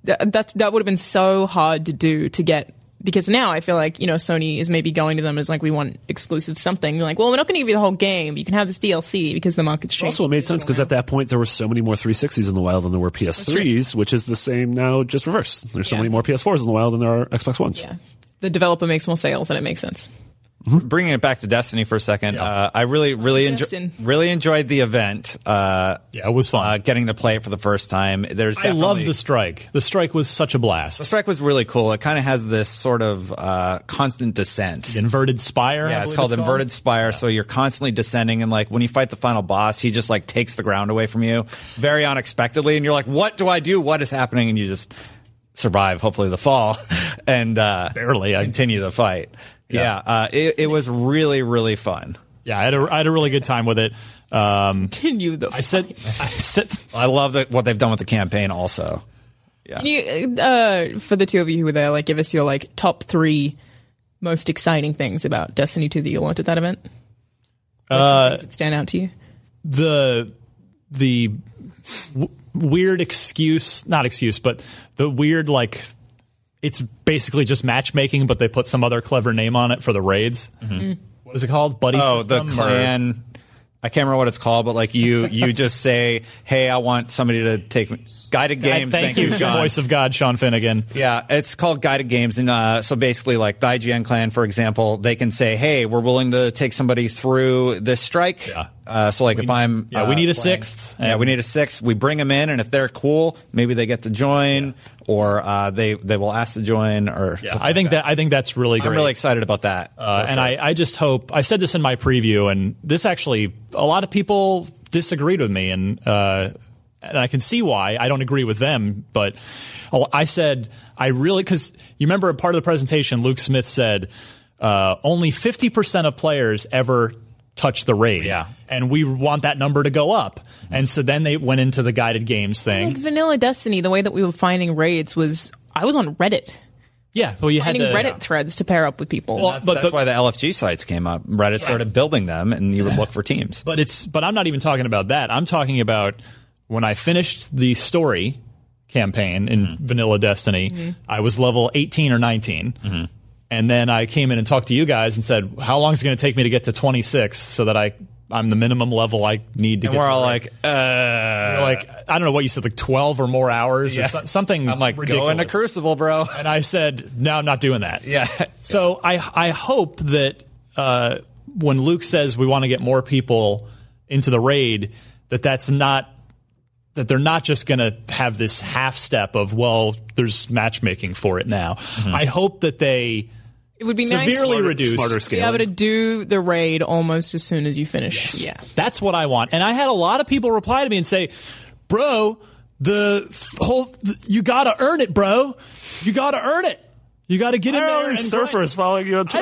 [SPEAKER 3] th- that's that would have been so hard to do to get because now I feel like you know Sony is maybe going to them as like we want exclusive something. You're like, well, we're not going to give you the whole game. You can have this DLC because the market's changed.
[SPEAKER 4] Also, it made sense because at that point there were so many more 360s in the wild than there were PS3s, which is the same now, just reverse. There's so
[SPEAKER 3] Yeah.
[SPEAKER 4] many more PS4s in the wild than there are Xbox Ones.
[SPEAKER 3] yeah, the developer makes more sales and it makes sense.
[SPEAKER 2] bringing it back to Destiny for a second, uh, I really, really, enjo-
[SPEAKER 3] Destin.
[SPEAKER 2] really enjoyed the event. Uh,
[SPEAKER 1] Yeah, it was fun.
[SPEAKER 2] uh, getting to play it for the first time. There's
[SPEAKER 1] I love
[SPEAKER 2] definitely-
[SPEAKER 1] the strike. The strike was such a
[SPEAKER 2] The
[SPEAKER 1] blast.
[SPEAKER 2] strike was really cool. It kind of has this sort of uh, constant descent.
[SPEAKER 1] Inverted spire. I
[SPEAKER 2] Yeah, it's
[SPEAKER 1] believe
[SPEAKER 2] called inverted spire. So you're constantly descending, and like when you fight the final boss, he just like takes the ground away from you very unexpectedly, and you're like, "What do I do? What is happening?" And you just survive, hopefully the fall, and uh,
[SPEAKER 1] Barely, I-
[SPEAKER 2] continue the fight. Yeah, uh, it, it was really really fun.
[SPEAKER 1] Yeah, I had a, I had a really good time with it. Um,
[SPEAKER 3] Continue the.
[SPEAKER 1] I said, I said,
[SPEAKER 2] I love that what they've done with the campaign. Also,
[SPEAKER 3] Can you, uh, for the two of you who were there, like give us your like top three most exciting things about Destiny Two that you learned at that event.
[SPEAKER 1] Uh,
[SPEAKER 3] Like, some things that stand out to you.
[SPEAKER 1] the the w- weird excuse not excuse but the weird like it's basically just matchmaking but they put some other clever name on it for the raids what is it called buddy
[SPEAKER 2] oh, the
[SPEAKER 1] system or-
[SPEAKER 2] clan. I can't remember what it's called, but like you, you just say, "Hey, I want somebody to take me." Guided
[SPEAKER 1] I-
[SPEAKER 2] games.
[SPEAKER 1] thank, you,
[SPEAKER 2] Sean.
[SPEAKER 1] voice of god sean finnegan
[SPEAKER 2] Yeah, it's called guided games, and uh, so basically, like the IGN clan, for example, they can say, "Hey, we're willing to take somebody through this strike."
[SPEAKER 1] Yeah.
[SPEAKER 2] Uh, so, like, if I'm,
[SPEAKER 1] yeah,
[SPEAKER 2] uh,
[SPEAKER 1] we need a
[SPEAKER 2] playing-
[SPEAKER 1] sixth.
[SPEAKER 2] Yeah, we need a sixth. We bring them in, and if they're cool, maybe they get to join, or uh, they they will ask to join, or
[SPEAKER 1] yeah, i think that i think that's really great
[SPEAKER 2] I'm really excited about that.
[SPEAKER 1] Uh, and I, I just hope I said this in my preview, and this actually a lot of people disagreed with me, and uh, and I can see why I don't agree with them. But oh, I said I really because you remember a part of the presentation, Luke Smith said uh, only fifty percent of players ever touch the raid,
[SPEAKER 2] Yeah.
[SPEAKER 1] and we want that number to go up. And so then they went into the guided games
[SPEAKER 3] Like
[SPEAKER 1] thing.
[SPEAKER 3] vanilla Destiny, the way that we were finding raids was I was on Reddit
[SPEAKER 1] Yeah, well you had to,
[SPEAKER 3] finding Reddit threads to pair up with people.
[SPEAKER 1] Well,
[SPEAKER 2] that's,
[SPEAKER 1] but
[SPEAKER 2] that's
[SPEAKER 1] the-
[SPEAKER 2] why the LFG sites came up. Reddit started building them, and you would look for teams.
[SPEAKER 1] But it's but I'm not even talking about that. I'm talking about when I finished the story campaign in
[SPEAKER 2] Mm-hmm.
[SPEAKER 1] Vanilla Destiny, I was level 18 or 19.
[SPEAKER 2] Mm-hmm.
[SPEAKER 1] And then I came in and talked to you guys and said, "How long is it going to take me to get to 26 so that I I'm the minimum level I need to get?"
[SPEAKER 2] And we're
[SPEAKER 1] to
[SPEAKER 2] all
[SPEAKER 1] the
[SPEAKER 2] like, uh,
[SPEAKER 1] rank?" like I don't know what you said, like 12 or more hours or so- something.
[SPEAKER 2] I'm like,
[SPEAKER 1] ridiculous.
[SPEAKER 2] go into Crucible, bro.
[SPEAKER 1] And I said, "No, I'm not doing that."
[SPEAKER 2] Yeah.
[SPEAKER 1] So I I hope that uh, when Luke says we want to get more people into the raid, that that's not that they're not just going to have this half step of well, there's matchmaking for it now. I hope that they
[SPEAKER 3] it would be nice
[SPEAKER 1] severely
[SPEAKER 3] to
[SPEAKER 1] reduce
[SPEAKER 4] Mm-hmm. Smarter
[SPEAKER 3] be able to
[SPEAKER 4] scaling.
[SPEAKER 3] do the raid almost as soon as you finish. Yeah.
[SPEAKER 1] That's what I want. And I had a lot of people reply to me and say, "Bro, the f- whole th- you got to earn it, bro. You got to earn it. You got to get in
[SPEAKER 4] Why are
[SPEAKER 1] there
[SPEAKER 4] all
[SPEAKER 1] and
[SPEAKER 4] these
[SPEAKER 1] grind."
[SPEAKER 4] surfers following you on
[SPEAKER 1] I
[SPEAKER 4] Twitter?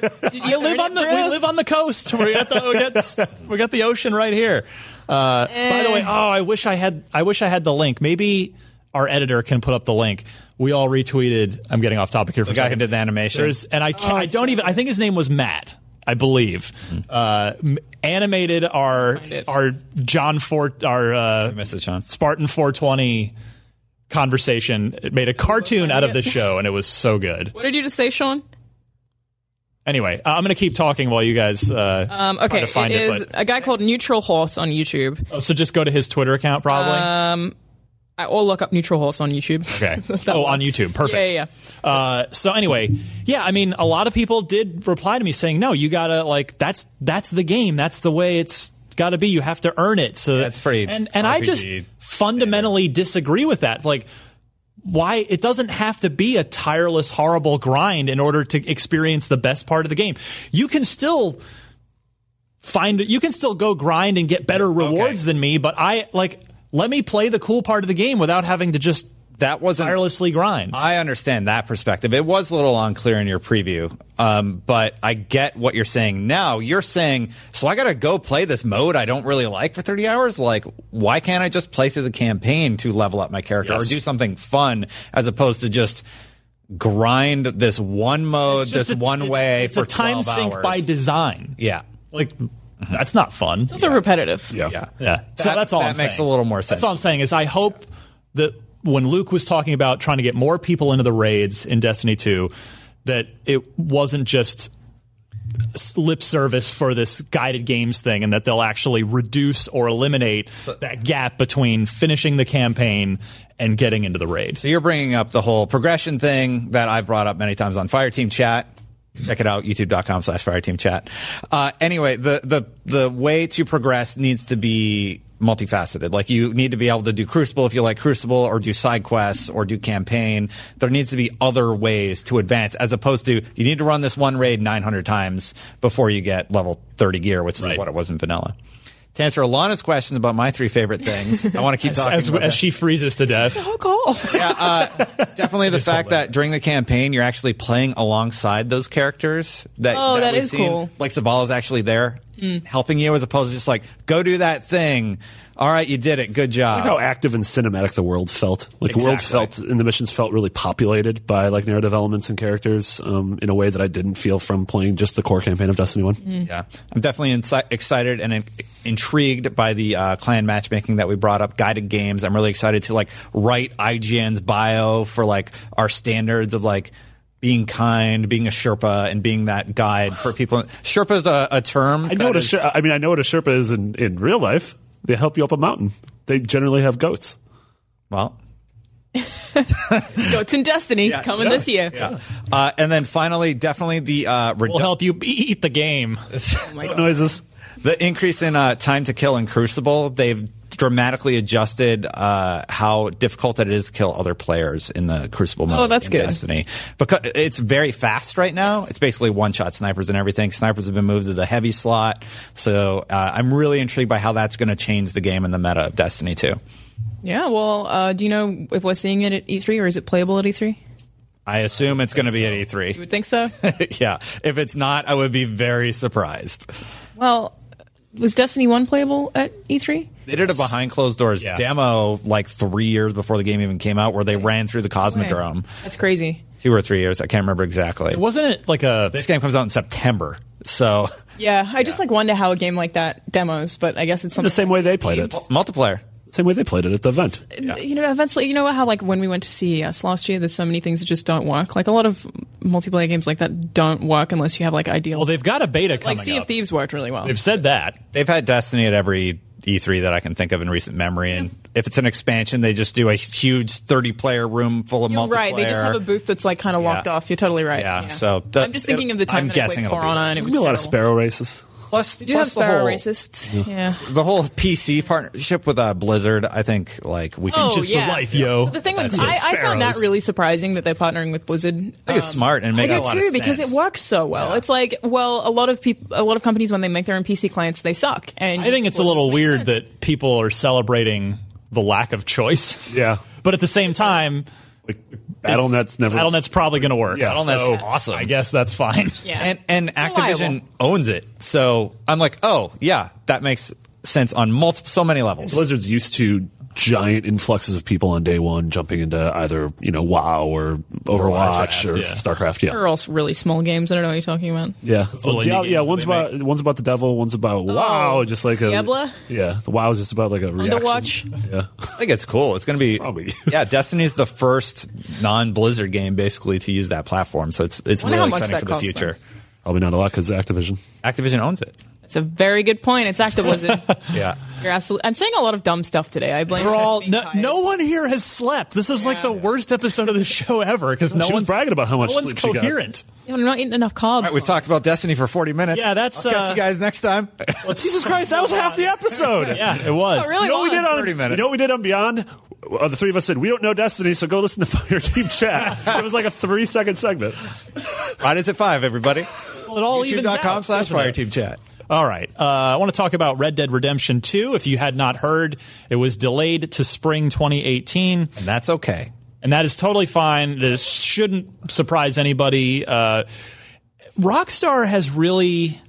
[SPEAKER 1] don't know. you live on the we live on the coast. We got the we got, we got the ocean right here. Uh, By the way, oh, I wish I had I wish I had the link. Maybe our editor can put up the link. We all retweeted. I'm getting off topic here. For
[SPEAKER 2] The
[SPEAKER 1] a
[SPEAKER 2] guy who
[SPEAKER 1] second.
[SPEAKER 2] did the animation.
[SPEAKER 1] There's and I can't, I don't even. I think his name was Matt. I believe
[SPEAKER 2] Mm-hmm.
[SPEAKER 1] uh, m- animated our
[SPEAKER 3] it.
[SPEAKER 1] our John Fort our uh,
[SPEAKER 2] Message on.
[SPEAKER 1] Spartan 420 conversation. It made a cartoon out of the show, and it was so good.
[SPEAKER 3] What did you just say, Sean?
[SPEAKER 1] Anyway, uh, I'm going to keep talking while you guys. Uh,
[SPEAKER 3] Um, okay,
[SPEAKER 1] to find
[SPEAKER 3] it
[SPEAKER 1] it,
[SPEAKER 3] is
[SPEAKER 1] but-
[SPEAKER 3] a guy called Neutral Horse on YouTube,
[SPEAKER 1] oh, so just go to his Twitter account, probably.
[SPEAKER 3] uh, I, or look up Neutral Horse on YouTube.
[SPEAKER 1] okay.
[SPEAKER 3] That
[SPEAKER 1] oh, on
[SPEAKER 3] works.
[SPEAKER 1] YouTube. Perfect.
[SPEAKER 3] Yeah, yeah, yeah.
[SPEAKER 1] Uh, so anyway, yeah, I mean, a lot of people did reply to me saying, "No, you gotta like that's that's the game. That's the way it's got to be. You have to earn it." So
[SPEAKER 2] That's pretty
[SPEAKER 1] And and I just
[SPEAKER 2] RPG
[SPEAKER 1] fundamentally disagree with that. Like, why it doesn't have to be a tireless, horrible grind in order to experience the best part of the game. You can still find you can still go grind and get better rewards than me. But I like let me play the cool part of the game without having to just
[SPEAKER 2] That wasn't
[SPEAKER 1] tirelessly grind.
[SPEAKER 2] I understand that perspective. It was a little unclear in your preview, um, but I get what you're saying now. You're saying, so I got to go play this mode I don't really like for 30 hours? Like, why can't I just play through the campaign to level up my character
[SPEAKER 1] Yes.
[SPEAKER 2] or do something fun as opposed to just grind this one mode,
[SPEAKER 1] It's just
[SPEAKER 2] this
[SPEAKER 1] a-
[SPEAKER 2] one
[SPEAKER 1] it's-
[SPEAKER 2] way
[SPEAKER 1] it's
[SPEAKER 2] for
[SPEAKER 1] a time
[SPEAKER 2] 12
[SPEAKER 1] sink
[SPEAKER 2] hours?
[SPEAKER 1] by design.
[SPEAKER 2] yeah.
[SPEAKER 1] Like that's not fun.
[SPEAKER 3] It's also repetitive.
[SPEAKER 4] Yeah.
[SPEAKER 1] Yeah. so
[SPEAKER 2] That-
[SPEAKER 1] that's all
[SPEAKER 2] that
[SPEAKER 1] I'm
[SPEAKER 2] makes
[SPEAKER 1] saying.
[SPEAKER 2] a little more sense.
[SPEAKER 1] That's all I'm saying is I hope that when Luke was talking about trying to get more people into the raids in Destiny 2, that it wasn't just s- lip service for this guided games thing and that they'll actually reduce or eliminate that gap between finishing the campaign and getting into the raid.
[SPEAKER 2] So you're bringing up the whole progression thing that I've brought up many times on Fireteam chat. Check it out, youtube.com slash fireteam chat. Uh, anyway, the, the, the way to progress needs to be multifaceted. Like you need to be able to do Crucible if you like Crucible or do side quests or do campaign. There needs to be other ways to advance as opposed to you need to run this one raid 900 times before you get level 30 gear, which is
[SPEAKER 1] Right.
[SPEAKER 2] what it was in vanilla. To answer Alana's questions about my three favorite things, I want to keep talking
[SPEAKER 1] as,
[SPEAKER 2] about
[SPEAKER 1] as
[SPEAKER 2] that.
[SPEAKER 1] she freezes to death.
[SPEAKER 3] Oh, cool.
[SPEAKER 2] Uh, Definitely the fact
[SPEAKER 1] hilarious.
[SPEAKER 2] that during the campaign you're actually playing alongside those characters. That
[SPEAKER 3] Oh, that
[SPEAKER 2] we've
[SPEAKER 3] is
[SPEAKER 2] seen.
[SPEAKER 3] cool. Mm.
[SPEAKER 2] Like Sabala's actually there helping you, as opposed to just like go do that thing. All right, you did it. Good job.
[SPEAKER 4] Look how active and cinematic the world felt. Like the
[SPEAKER 2] Exactly.
[SPEAKER 4] world felt and the missions felt really populated by like narrative elements and characters um, in a way that I didn't feel from playing just the core campaign of Destiny One.
[SPEAKER 3] Mm-hmm. Mm.
[SPEAKER 2] Yeah, I'm definitely inci- excited and in- intrigued by the uh, clan matchmaking that we brought up, guided games. I'm really excited to like write IGN's bio for like our standards of like being kind, being a Sherpa, and being that guide for people. Sherpa is a, a term.
[SPEAKER 4] I know what a Sher- I mean I know what a Sherpa is in, in real life. They help you up a mountain. They generally have goats.
[SPEAKER 2] well.
[SPEAKER 3] Goats in Destiny coming this year.
[SPEAKER 2] Uh, and then finally, definitely the uh, redu-
[SPEAKER 1] We'll help you be- eat the game.
[SPEAKER 3] Oh my
[SPEAKER 4] Goat
[SPEAKER 3] god.
[SPEAKER 4] noises.
[SPEAKER 2] the increase in uh, time to kill in Crucible. They've dramatically adjusted uh, how difficult it is to kill other players in the Crucible mode.
[SPEAKER 3] Oh, that's
[SPEAKER 2] in
[SPEAKER 3] good.
[SPEAKER 2] Destiny because it's very fast right now. It's basically one shot snipers and everything. Snipers have been moved to the heavy slot, so uh, I'm really intrigued by how that's going to change the game and the meta of Destiny 2.
[SPEAKER 3] Yeah, well, uh, do you know if we're seeing it at E3 or is it playable at E3? You
[SPEAKER 2] I assume it's going to be at E E3.
[SPEAKER 3] would think so.
[SPEAKER 2] yeah, if it's not, I would be very surprised.
[SPEAKER 3] well, was Destiny 1 playable at E E3?
[SPEAKER 2] They did a behind closed doors
[SPEAKER 1] Yeah.
[SPEAKER 2] demo like three years before the game even came out, where they ran through the Cosmodrome.
[SPEAKER 3] That's crazy.
[SPEAKER 2] Two or three years, I can't remember exactly.
[SPEAKER 1] Wasn't it like a
[SPEAKER 2] This game comes out in September, so
[SPEAKER 3] Yeah, I just like wonder how a game like that demos, but I guess it's something
[SPEAKER 4] The same way they played it.
[SPEAKER 2] multiplayer.
[SPEAKER 4] Same way they played it at the event.
[SPEAKER 3] you know, eventually, you know how like when we went to CES last year, there's so many things that just don't work. Like a lot of multiplayer games like that don't work unless you have like ideal.
[SPEAKER 1] Well, they've got a beta coming
[SPEAKER 3] like Sea
[SPEAKER 1] up.
[SPEAKER 3] of Thieves worked really well.
[SPEAKER 1] They've said that.
[SPEAKER 2] They've had Destiny at every E3 that I can think of in recent memory, and if it's an expansion, they just do a huge thirty-player room full of
[SPEAKER 3] You're
[SPEAKER 2] multiplayer.
[SPEAKER 3] right. They just have a booth that's like kind of locked
[SPEAKER 2] Yeah.
[SPEAKER 3] off. You're totally right.
[SPEAKER 2] Yeah, so that-
[SPEAKER 3] I'm just thinking of the
[SPEAKER 2] I'm
[SPEAKER 3] time that
[SPEAKER 2] guessing
[SPEAKER 3] I
[SPEAKER 2] it'll be
[SPEAKER 3] played For Honor,
[SPEAKER 2] that.
[SPEAKER 3] and it
[SPEAKER 4] There's
[SPEAKER 3] was
[SPEAKER 4] gonna be a lot of
[SPEAKER 3] terrible.
[SPEAKER 4] sparrow races.
[SPEAKER 2] Plus,
[SPEAKER 3] We do have
[SPEAKER 2] plus the
[SPEAKER 3] sparrow
[SPEAKER 2] whole
[SPEAKER 3] racists. Yeah.
[SPEAKER 2] the whole PC partnership with uh, Blizzard. I think like we can
[SPEAKER 3] Oh,
[SPEAKER 2] just
[SPEAKER 1] Just
[SPEAKER 3] yeah.
[SPEAKER 1] for life, yo.
[SPEAKER 3] So the thing was,
[SPEAKER 1] That's it.
[SPEAKER 3] I, I found that
[SPEAKER 1] Sparrows.
[SPEAKER 3] really surprising that they're partnering with Blizzard.
[SPEAKER 2] I think it's smart and it
[SPEAKER 3] um, I
[SPEAKER 2] makes
[SPEAKER 3] do
[SPEAKER 2] a lot
[SPEAKER 3] too
[SPEAKER 2] of sense
[SPEAKER 3] because it works so well. It's like, well, a lot of people, a lot of companies when they make their own PC clients, they suck. And
[SPEAKER 1] I think it's a
[SPEAKER 3] Blizzard's
[SPEAKER 1] little
[SPEAKER 3] makes
[SPEAKER 1] weird
[SPEAKER 3] sense.
[SPEAKER 1] that people are celebrating the lack of choice,
[SPEAKER 4] Yeah.
[SPEAKER 1] but at the same time,
[SPEAKER 4] Like Battle.net's never
[SPEAKER 1] BattleNet's probably going to work.
[SPEAKER 4] Yeah.
[SPEAKER 2] BattleNet's
[SPEAKER 1] So,
[SPEAKER 2] awesome.
[SPEAKER 1] I guess that's fine.
[SPEAKER 3] Yeah.
[SPEAKER 2] and and Activision
[SPEAKER 3] reliable.
[SPEAKER 2] owns it. So I'm like, oh yeah, that makes sense on multiple so many levels.
[SPEAKER 4] Blizzard's used to giant influxes of people on day one jumping into either you know WoW or Overwatch or
[SPEAKER 1] yeah.
[SPEAKER 4] StarCraft. Yeah,
[SPEAKER 3] They're all really small games. I don't know what you're talking about.
[SPEAKER 4] yeah,
[SPEAKER 1] little
[SPEAKER 4] yeah.
[SPEAKER 1] indie
[SPEAKER 4] yeah,
[SPEAKER 1] games
[SPEAKER 4] one's
[SPEAKER 1] that they
[SPEAKER 4] about one's about the devil. One's about WoW. Just like a
[SPEAKER 3] Diablo?
[SPEAKER 4] Yeah, the WoW is just about like a reaction.
[SPEAKER 3] watch.
[SPEAKER 4] Yeah,
[SPEAKER 2] I think it's cool. It's going to be
[SPEAKER 4] Probably.
[SPEAKER 2] yeah. Destiny's the first non-Blizzard game basically to use that platform, so it's it's
[SPEAKER 3] Wonder how
[SPEAKER 2] really
[SPEAKER 3] much
[SPEAKER 2] exciting
[SPEAKER 3] that
[SPEAKER 2] for the
[SPEAKER 3] costs,
[SPEAKER 2] future.
[SPEAKER 4] probably not a lot because Activision.
[SPEAKER 2] Activision owns it.
[SPEAKER 3] It's a very good point. It's Activision.
[SPEAKER 2] Yeah,
[SPEAKER 3] You're absolutely. I'm saying a lot of dumb stuff today. I blame.
[SPEAKER 1] We're all
[SPEAKER 3] being
[SPEAKER 1] no,
[SPEAKER 3] tired.
[SPEAKER 1] no one here has slept. This is like the worst episode of the show ever because no
[SPEAKER 4] she was
[SPEAKER 1] one's
[SPEAKER 4] bragging about how much
[SPEAKER 1] no one's
[SPEAKER 4] sleep she got.
[SPEAKER 1] coherent.
[SPEAKER 3] I'm not eating enough carbs.
[SPEAKER 2] all right. We've talked about Destiny for 40 minutes.
[SPEAKER 1] Yeah, that's,
[SPEAKER 2] I'll catch
[SPEAKER 1] uh,
[SPEAKER 2] you guys next time.
[SPEAKER 4] Jesus Christ, that was half the episode.
[SPEAKER 1] Yeah, it was.
[SPEAKER 3] Oh, really?
[SPEAKER 4] You know what we did on
[SPEAKER 2] 30 minutes.
[SPEAKER 4] You know what we did on Beyond? Uh, the three of us said we don't know Destiny, so go listen to Fire Team Chat. it was like a three second segment.
[SPEAKER 2] Hot is at five, everybody.
[SPEAKER 1] Well, it all evens
[SPEAKER 2] YouTube.com
[SPEAKER 1] out,
[SPEAKER 2] slash
[SPEAKER 1] doesn't it?
[SPEAKER 2] Fireteam Chat.
[SPEAKER 1] All right. Uh, I want to talk about Red Dead Redemption 2. If you had not heard, it was delayed to spring 2018.
[SPEAKER 2] And that's okay.
[SPEAKER 1] and that is totally fine. This shouldn't surprise anybody. Uh, Rockstar has really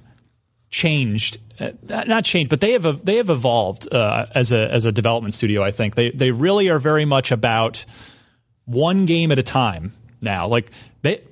[SPEAKER 1] changed, uh, not not changed, but they have ev- they have evolved uh, as a as a development studio. I think they they really are very much about one game at a time now. Like they.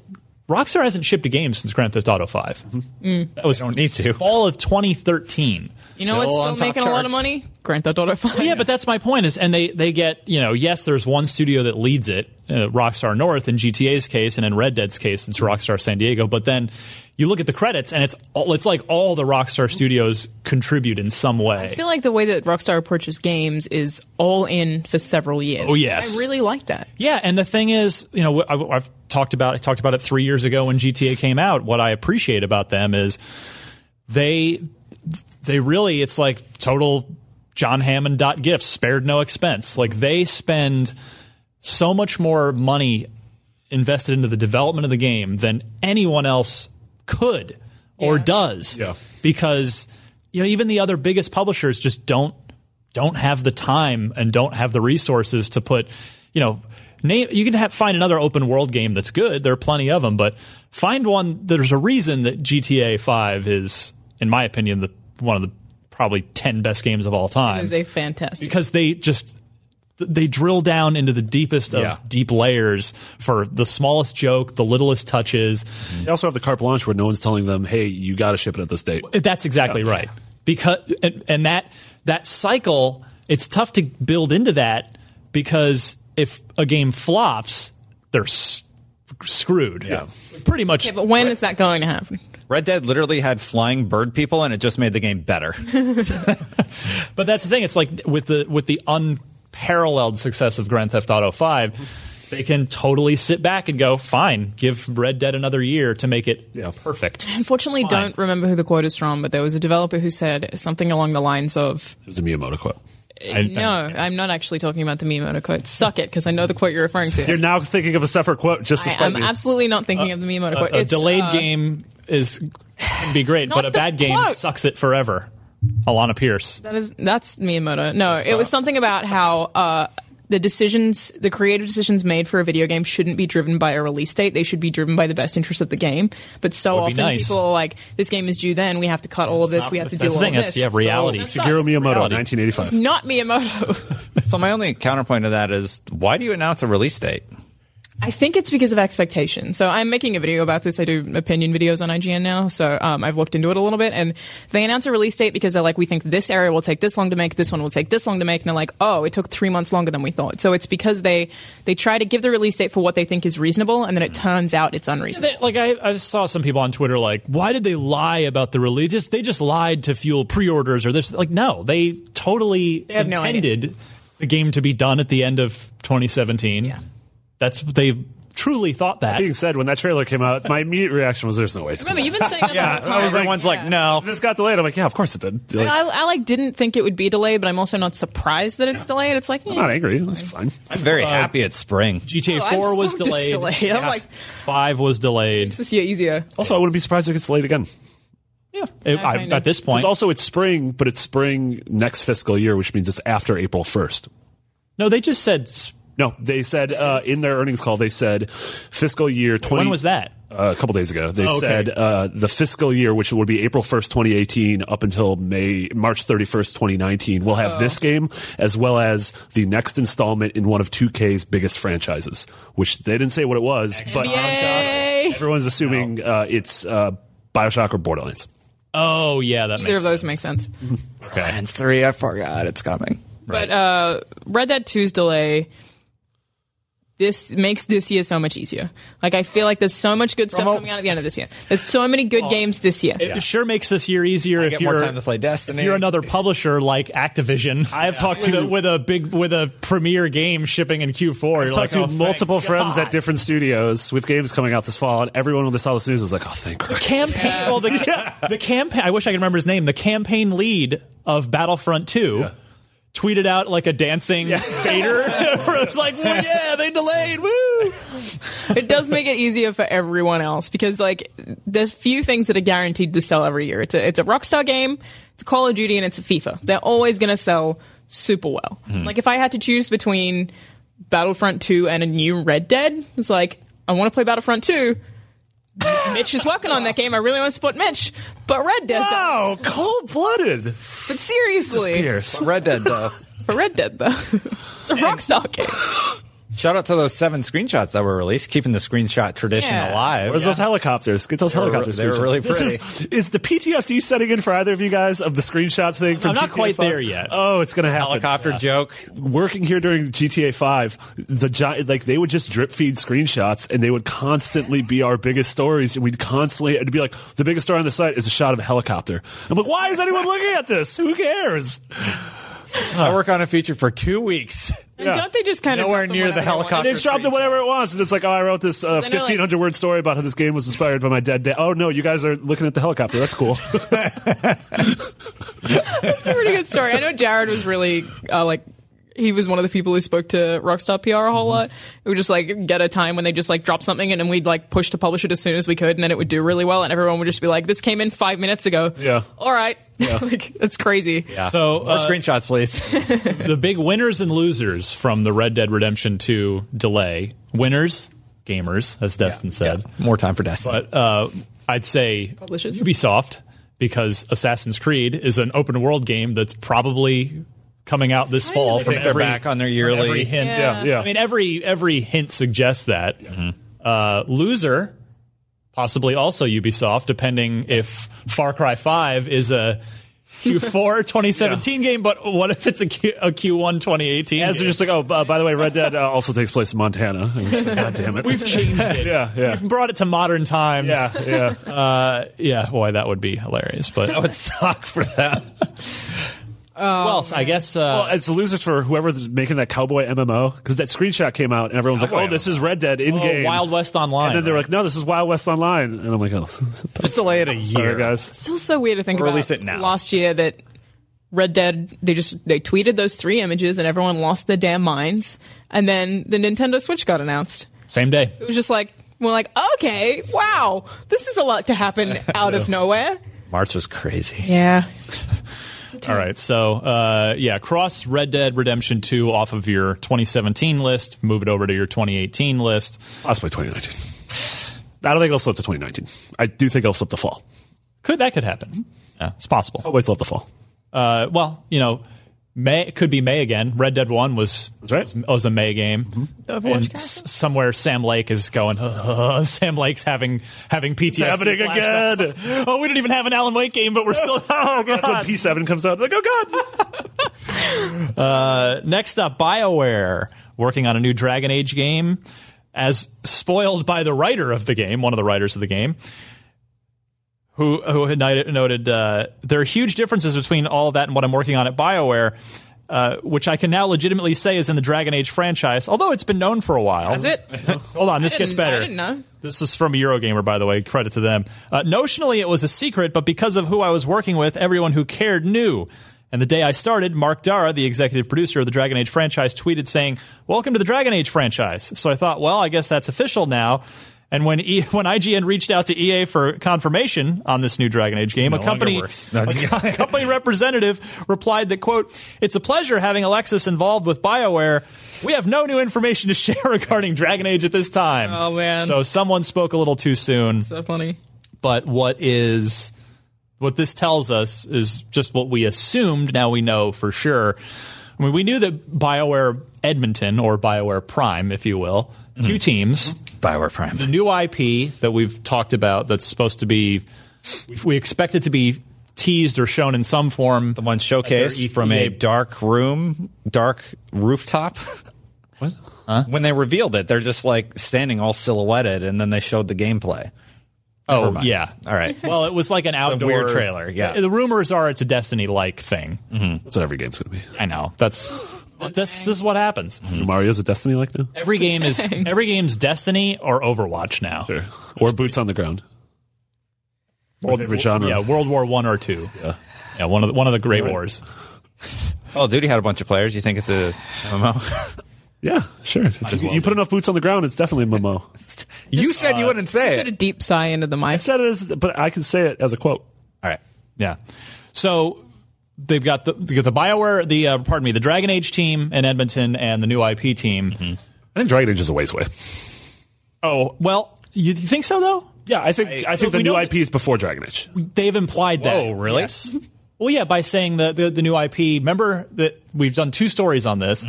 [SPEAKER 1] Rockstar hasn't shipped a game since Grand Theft Auto Five. That was
[SPEAKER 2] Mm-hmm. don't need to.
[SPEAKER 1] fall of 2013.
[SPEAKER 3] you know what's
[SPEAKER 2] Still
[SPEAKER 3] still
[SPEAKER 2] on top
[SPEAKER 3] making a lot of
[SPEAKER 2] charts.
[SPEAKER 3] money? Grand Theft Auto 5.
[SPEAKER 1] Yeah, but that's my point. Is and they they get you know yes, there's one studio that leads it, uh, Rockstar North in GTA's case, and in Red Dead's case, it's Rockstar San Diego. But then you look at the credits and it's all, it's like all the Rockstar Studios contribute in some way.
[SPEAKER 3] I feel like the way that Rockstar approaches games is all in for several years.
[SPEAKER 1] Oh, yes.
[SPEAKER 3] I really like that.
[SPEAKER 1] Yeah, and the thing is, you know, I, I've talked about I talked about it three years ago when GTA came out. What I appreciate about them is they they really it's like total John Hammond dot gifts spared no expense. Like they spend so much more money invested into the development of the game than anyone else could or
[SPEAKER 3] Yeah.
[SPEAKER 1] does
[SPEAKER 4] Yeah.
[SPEAKER 1] because you know even the other biggest publishers just don't don't have the time and don't have the resources to put you know name you can have, find another open world game that's good there are plenty of them but find one there's a reason that GTA 5 is in my opinion the one of the probably 10 best games of all time
[SPEAKER 3] It's a fantastic.
[SPEAKER 1] because they just they drill down into the deepest of
[SPEAKER 4] Yeah.
[SPEAKER 1] deep layers for the smallest joke, the littlest touches.
[SPEAKER 4] They also have the carte blanche where no one's telling them, "Hey, you got to ship it at this date."
[SPEAKER 1] That's exactly right. Because and, and that that cycle, it's tough to build into that because if a game flops, they're s- screwed. Yeah. Pretty much
[SPEAKER 3] but when is that going to happen?
[SPEAKER 2] Red Dead literally had flying bird people, and it just made the game better.
[SPEAKER 1] But that's the thing. It's like with the with the unparalleled success of Grand Theft Auto Five, they can totally sit back and go, fine, give Red Dead another year to make it
[SPEAKER 4] Yeah.
[SPEAKER 1] perfect.
[SPEAKER 3] Unfortunately,
[SPEAKER 1] Fine.
[SPEAKER 3] don't remember who the quote is from, but there was a developer who said something along the lines of,
[SPEAKER 4] It was a Miyamoto quote.
[SPEAKER 1] I-
[SPEAKER 3] "No, I'm not actually talking about the Miyamoto quote. Suck it, because I know the quote you're referring to."
[SPEAKER 4] You're now thinking of a separate quote, just to
[SPEAKER 3] I,
[SPEAKER 4] spite
[SPEAKER 3] am
[SPEAKER 4] me.
[SPEAKER 3] absolutely not thinking of the Miyamoto quote.
[SPEAKER 1] A
[SPEAKER 3] It's,
[SPEAKER 1] delayed
[SPEAKER 3] uh,
[SPEAKER 1] game is can be great,
[SPEAKER 3] Not
[SPEAKER 1] but a
[SPEAKER 3] the
[SPEAKER 1] bad game
[SPEAKER 3] quote.
[SPEAKER 1] sucks it forever. Alana Pierce.
[SPEAKER 3] That is that's Miyamoto. No, it was something about how uh, the decisions, the creative decisions made for a video game, shouldn't be driven by a release date. They should be driven by the best interest of the game. But so
[SPEAKER 1] Would be
[SPEAKER 3] often
[SPEAKER 1] nice.
[SPEAKER 3] people are like, "This game is due then. We have to cut all of this.
[SPEAKER 1] not-
[SPEAKER 3] we have to
[SPEAKER 1] that's
[SPEAKER 3] do
[SPEAKER 1] the
[SPEAKER 3] all
[SPEAKER 1] thing,
[SPEAKER 3] of
[SPEAKER 1] that's-
[SPEAKER 3] this."
[SPEAKER 1] yeah, reality.
[SPEAKER 3] that sucks.
[SPEAKER 4] Shigeru Miyamoto,
[SPEAKER 1] Reality.
[SPEAKER 4] 1985.
[SPEAKER 3] Not Miyamoto.
[SPEAKER 2] so my only counterpoint to that is, why do you announce a release date?
[SPEAKER 3] I think it's because of expectation. So I'm making a video about this. I do opinion videos on IGN now. So um, I've looked into it a little bit. And they announce a release date because they're like, we think this area will take this long to make, this one will take this long to make. And they're like, oh, it took three months longer than we thought. So it's because they they try to give the release date for what they think is reasonable, and then it turns out it's unreasonable.
[SPEAKER 1] They- like I, I saw some people on Twitter like, why did they lie about the release? Just, they just lied to fuel pre-orders or this. Like, no, they totally
[SPEAKER 3] have no idea.
[SPEAKER 1] intended the game to be done at the end of 2017.
[SPEAKER 3] Yeah.
[SPEAKER 1] that's they truly thought that.
[SPEAKER 4] Being said, when that trailer came out, my immediate reaction was, "There's no way." it's
[SPEAKER 3] Remember, you've been saying that. the whole
[SPEAKER 2] I was
[SPEAKER 3] time.
[SPEAKER 2] the one's like, no.
[SPEAKER 4] gonna- this got delayed. I'm like, "Yeah, of course it did." Like,
[SPEAKER 3] I, I like didn't think it would be delayed, but I'm also not surprised that it's delayed. It's like, eh.
[SPEAKER 4] I'm not angry. It was fine.
[SPEAKER 2] I'm very happy it's spring.
[SPEAKER 1] GTA
[SPEAKER 3] Oh, I'm
[SPEAKER 1] 4
[SPEAKER 3] so
[SPEAKER 1] was
[SPEAKER 3] just
[SPEAKER 1] delayed.
[SPEAKER 3] delayed. I'm like-
[SPEAKER 1] five was delayed.
[SPEAKER 3] this year easier.
[SPEAKER 4] Also, I wouldn't be surprised if it gets delayed again.
[SPEAKER 1] Yeah, It- I-
[SPEAKER 3] kinda.
[SPEAKER 1] at this point,
[SPEAKER 4] Because also, it's spring, but it's spring next fiscal year, which means it's after April 1st.
[SPEAKER 1] no, they just said. s-
[SPEAKER 4] No, they said uh, in their earnings call, they said fiscal year 20.
[SPEAKER 1] When was that?
[SPEAKER 4] Uh, a couple days ago. They
[SPEAKER 1] Oh, okay.
[SPEAKER 4] said uh, the fiscal year, which would be April 1st, 2018, up until May, March 31st, 2019, will
[SPEAKER 1] Oh.
[SPEAKER 4] have this game as well as the next installment in one of 2K's biggest franchises, which they didn't say what it was, but
[SPEAKER 3] Yay!
[SPEAKER 4] everyone's assuming uh, it's uh, Bioshock or Borderlands.
[SPEAKER 1] Oh yeah, that
[SPEAKER 3] Either
[SPEAKER 1] makes
[SPEAKER 3] of those make sense.
[SPEAKER 2] It's three. I forgot it's coming.
[SPEAKER 3] But uh, Red Dead 2's delay this makes this year so much easier. Like I feel like there's so much good stuff
[SPEAKER 2] Promo.
[SPEAKER 3] coming out at the end of this year. There's so many good games this year.
[SPEAKER 1] It sure makes this year easier if
[SPEAKER 2] get
[SPEAKER 1] you're
[SPEAKER 2] more time to play Destiny.
[SPEAKER 1] If you're another publisher like Activision, I have talked with
[SPEAKER 4] to-
[SPEAKER 1] a, with a big with a premiere game shipping in Q4.
[SPEAKER 4] I
[SPEAKER 1] you're
[SPEAKER 4] talked
[SPEAKER 1] like,
[SPEAKER 4] to
[SPEAKER 1] "Oh, thank
[SPEAKER 4] multiple
[SPEAKER 1] God."
[SPEAKER 4] friends at different studios with games coming out this fall, and everyone when they saw this news was like, "Oh, thank Christ!"
[SPEAKER 1] campaign. Well, the, ca- the campaign. I wish I could remember his name. The campaign lead of Battlefront Two. Tweeted out like a dancing Vader. Where it's like, well, yeah, they delayed. Woo!
[SPEAKER 3] It does make it easier for everyone else because like there's few things that are guaranteed to sell every year. It's a it's a Rockstar game, it's a Call of Duty, and it's a FIFA. They're always going to sell super well. Like if I had to choose between Battlefront 2 and a new Red Dead, it's like I want to play Battlefront 2. Mitch is working on that game. I really want to support Mitch, but Red Dead. though.
[SPEAKER 4] Wow, cold blooded.
[SPEAKER 3] But seriously,
[SPEAKER 4] Pierce.
[SPEAKER 2] Red Dead though.
[SPEAKER 3] for Red Dead though, it's a Rockstar game.
[SPEAKER 2] Shout out to those seven screenshots that were released, keeping the screenshot tradition
[SPEAKER 3] Yeah.
[SPEAKER 2] alive.
[SPEAKER 4] Where's those helicopters? Get those
[SPEAKER 2] They were-
[SPEAKER 4] helicopters.
[SPEAKER 2] they were really
[SPEAKER 4] This is, is the PTSD setting in for either of you guys of the screenshot thing from
[SPEAKER 1] I'm not
[SPEAKER 4] GTA
[SPEAKER 1] quite
[SPEAKER 4] 5?
[SPEAKER 1] there yet.
[SPEAKER 4] Oh, it's gonna happen.
[SPEAKER 2] Helicopter joke.
[SPEAKER 4] working here during GTA Five, the giant like they would just drip feed screenshots, and they would constantly be our biggest stories, and we'd constantly it'd be like the biggest story on the site is a shot of a helicopter. I'm like, why is anyone looking at this? Who cares?
[SPEAKER 2] I work on a feature for two weeks.
[SPEAKER 4] Yeah.
[SPEAKER 3] And don't they just kind of
[SPEAKER 2] Nowhere
[SPEAKER 3] drop
[SPEAKER 2] near the
[SPEAKER 3] whatever they want?
[SPEAKER 2] helicopter.
[SPEAKER 4] They just dropped it whatever it was, and it's like, oh, I wrote this uh,
[SPEAKER 3] Then they're like-
[SPEAKER 4] 1500 word story about how this game was inspired by my dead dad. Oh no, you guys are looking at the helicopter. That's cool.
[SPEAKER 3] It's a pretty good story. I know Jared was really uh, like he was one of the people who spoke to Rockstar PR
[SPEAKER 2] Mm-hmm.
[SPEAKER 3] a whole lot. It would just like get a time when they just like drop something and then we'd like push to publish it as soon as we could, and then it would do really well, and everyone would just be like, "This came in five minutes ago."
[SPEAKER 4] Yeah.
[SPEAKER 3] All right. like that's crazy. Yeah.
[SPEAKER 1] So
[SPEAKER 2] More
[SPEAKER 1] uh,
[SPEAKER 2] screenshots, please.
[SPEAKER 1] the big winners and losers from the Red Dead Redemption 2 delay. Winners, gamers, as Destin said.
[SPEAKER 2] More time for Destiny.
[SPEAKER 1] But uh, I'd say
[SPEAKER 3] Publishers.
[SPEAKER 1] Ubisoft because Assassin's Creed is an open world game that's probably coming out this fall.
[SPEAKER 2] I
[SPEAKER 1] From
[SPEAKER 2] think they're
[SPEAKER 1] every,
[SPEAKER 2] back on their
[SPEAKER 1] from every
[SPEAKER 2] yearly.
[SPEAKER 1] hint,
[SPEAKER 4] yeah, yeah.
[SPEAKER 1] I mean, every every hint suggests that. Uh, loser, possibly also Ubisoft, depending if Far Cry Five is a Q4 2017 game, but what if it's a, Q, a Q1 2018?
[SPEAKER 4] As
[SPEAKER 1] game?
[SPEAKER 4] they're just like, oh, b- by the way, Red Dead uh, also takes place in Montana. I was like, God damn it.
[SPEAKER 1] We've changed it.
[SPEAKER 4] yeah, yeah,
[SPEAKER 1] Brought it to modern times.
[SPEAKER 4] yeah, yeah.
[SPEAKER 1] Uh, yeah. Boy, that would be hilarious. But
[SPEAKER 2] That would suck for them.
[SPEAKER 1] well, I guess.
[SPEAKER 4] Well,
[SPEAKER 1] Uh,
[SPEAKER 4] it's the losers for whoever's making that cowboy MMO because that screenshot came out and everyone's like,
[SPEAKER 2] Cowboy
[SPEAKER 4] "Oh, this is Red Dead in game."
[SPEAKER 1] oh, Wild West Online.
[SPEAKER 4] and then they're
[SPEAKER 1] right?
[SPEAKER 4] like, "No, this is Wild West Online," and I'm like, "Oh,
[SPEAKER 2] Just delay it a
[SPEAKER 4] sorry
[SPEAKER 2] year,
[SPEAKER 4] guys."
[SPEAKER 3] Still so weird to think
[SPEAKER 2] Or
[SPEAKER 3] about.
[SPEAKER 2] release it now.
[SPEAKER 3] Last year that Red Dead they just they tweeted those three images and everyone lost their damn minds, and then the Nintendo Switch got announced.
[SPEAKER 1] same day.
[SPEAKER 3] It was just like we're like, okay, wow, this is a lot to happen out of nowhere.
[SPEAKER 2] March was crazy.
[SPEAKER 3] Yeah.
[SPEAKER 1] All right. So, uh, yeah, cross Red Dead Redemption 2 off of your 2017 list, move it over to your 2018 list.
[SPEAKER 4] Possibly 2019. I don't think it'll slip to 2019. I do think it'll slip to fall.
[SPEAKER 1] Oh. Could that could
[SPEAKER 4] Mm-hmm.
[SPEAKER 1] happen? Yeah, it's possible.
[SPEAKER 4] Always slip to fall.
[SPEAKER 1] Uh, well, you know, May it could be May again. Red Dead 1 was
[SPEAKER 4] right. Mm-hmm.
[SPEAKER 1] was, was a May game.
[SPEAKER 3] The
[SPEAKER 1] And
[SPEAKER 3] Overwatch character?
[SPEAKER 1] s- somewhere Sam Lake is going. "Ugh." Sam Lake's having having PTSD.
[SPEAKER 4] happening
[SPEAKER 1] flashbacks.
[SPEAKER 4] again.
[SPEAKER 1] Oh, we didn't even have an Alan Wake game, but we're still. oh
[SPEAKER 4] That's when
[SPEAKER 1] god.
[SPEAKER 4] P7 comes out. Like, oh god.
[SPEAKER 1] Next up, BioWare working on a new Dragon Age game, as spoiled by the writer of the game, one of the writers of the game, who who had ni- noted uh, there are huge differences between all of that and what I'm working on at BioWare. Uh, which I can now legitimately say is in the Dragon Age franchise, although it's been known for a while.
[SPEAKER 3] Is it?
[SPEAKER 1] Hold on, this
[SPEAKER 3] I
[SPEAKER 1] gets
[SPEAKER 3] didn't- I
[SPEAKER 1] better.
[SPEAKER 3] didn't know.
[SPEAKER 1] This is from Eurogamer, by the way. Credit to them. Uh, notionally, it was a secret, but because of who I was working with, everyone who cared knew. And the day I started, Mark Dara, the executive producer of the Dragon Age franchise, tweeted saying, "Welcome to the Dragon Age franchise." So I thought, well, I guess that's official now. And when e- when IGN reached out to EA for confirmation on this new Dragon Age game, a
[SPEAKER 2] longer
[SPEAKER 1] company
[SPEAKER 2] works. No,
[SPEAKER 1] a
[SPEAKER 2] it's-
[SPEAKER 1] co- company representative replied that quote, "It's a pleasure having Alexis involved with BioWare. We have no new information to share regarding Dragon Age at this time."
[SPEAKER 3] Oh, man.
[SPEAKER 1] So someone spoke a little too soon.
[SPEAKER 3] So funny.
[SPEAKER 1] But what is what this tells us is just what we assumed. Now we know for sure. I mean, we knew that BioWare Edmonton or BioWare Prime, if you will,
[SPEAKER 2] Mm-hmm.
[SPEAKER 1] two teams,
[SPEAKER 2] Bioware Prime.
[SPEAKER 1] new IP that we've talked about that's supposed to be, we expect it to be teased or shown in some form.
[SPEAKER 2] One showcase
[SPEAKER 1] Their
[SPEAKER 2] from E a
[SPEAKER 1] EA
[SPEAKER 2] dark room, dark rooftop.
[SPEAKER 4] What?
[SPEAKER 2] When they revealed it, they're just like standing all silhouetted, and then they showed the gameplay.
[SPEAKER 1] Oh,
[SPEAKER 2] mind.
[SPEAKER 1] yeah.
[SPEAKER 2] All right.
[SPEAKER 1] Well, it was like an outdoor
[SPEAKER 2] weird trailer, yeah. Mm-hmm.
[SPEAKER 1] The rumors are it's a Destiny like thing.
[SPEAKER 4] That's what every game's gonna be.
[SPEAKER 1] I know. That's that's this is what happens.
[SPEAKER 4] Mario's a Destiny like now,
[SPEAKER 1] Every game is every game's Destiny or Overwatch now.
[SPEAKER 4] sure. or boots on the ground. Or favorite genre.
[SPEAKER 1] Yeah, World War One or two. Yeah. one of the, one of the great wars.
[SPEAKER 2] Call of Oh, Duty had a bunch of players. You think it's a MMO?
[SPEAKER 4] Yeah, sure. If you, you put enough boots on the ground, it's definitely a MMO.
[SPEAKER 2] you said uh, you wouldn't say
[SPEAKER 3] Did a deep sigh into the
[SPEAKER 4] I
[SPEAKER 3] mic.
[SPEAKER 4] said it as, but I can say it as a quote.
[SPEAKER 2] All right.
[SPEAKER 1] Yeah. So they've got the they got the BioWare, the uh, pardon me, the Dragon Age team in Edmonton and the new IP team.
[SPEAKER 4] I think Dragon Age is a ways away.
[SPEAKER 1] Oh, well, you think so though?
[SPEAKER 4] Yeah, I think I, think
[SPEAKER 1] we
[SPEAKER 4] the new
[SPEAKER 1] know-
[SPEAKER 4] IP is before Dragon Age.
[SPEAKER 1] They've implied that.
[SPEAKER 2] Whoa, really? Mm-hmm.
[SPEAKER 1] Yes. Well, yeah, by saying the, the the new IP. Remember that we've done two stories on this.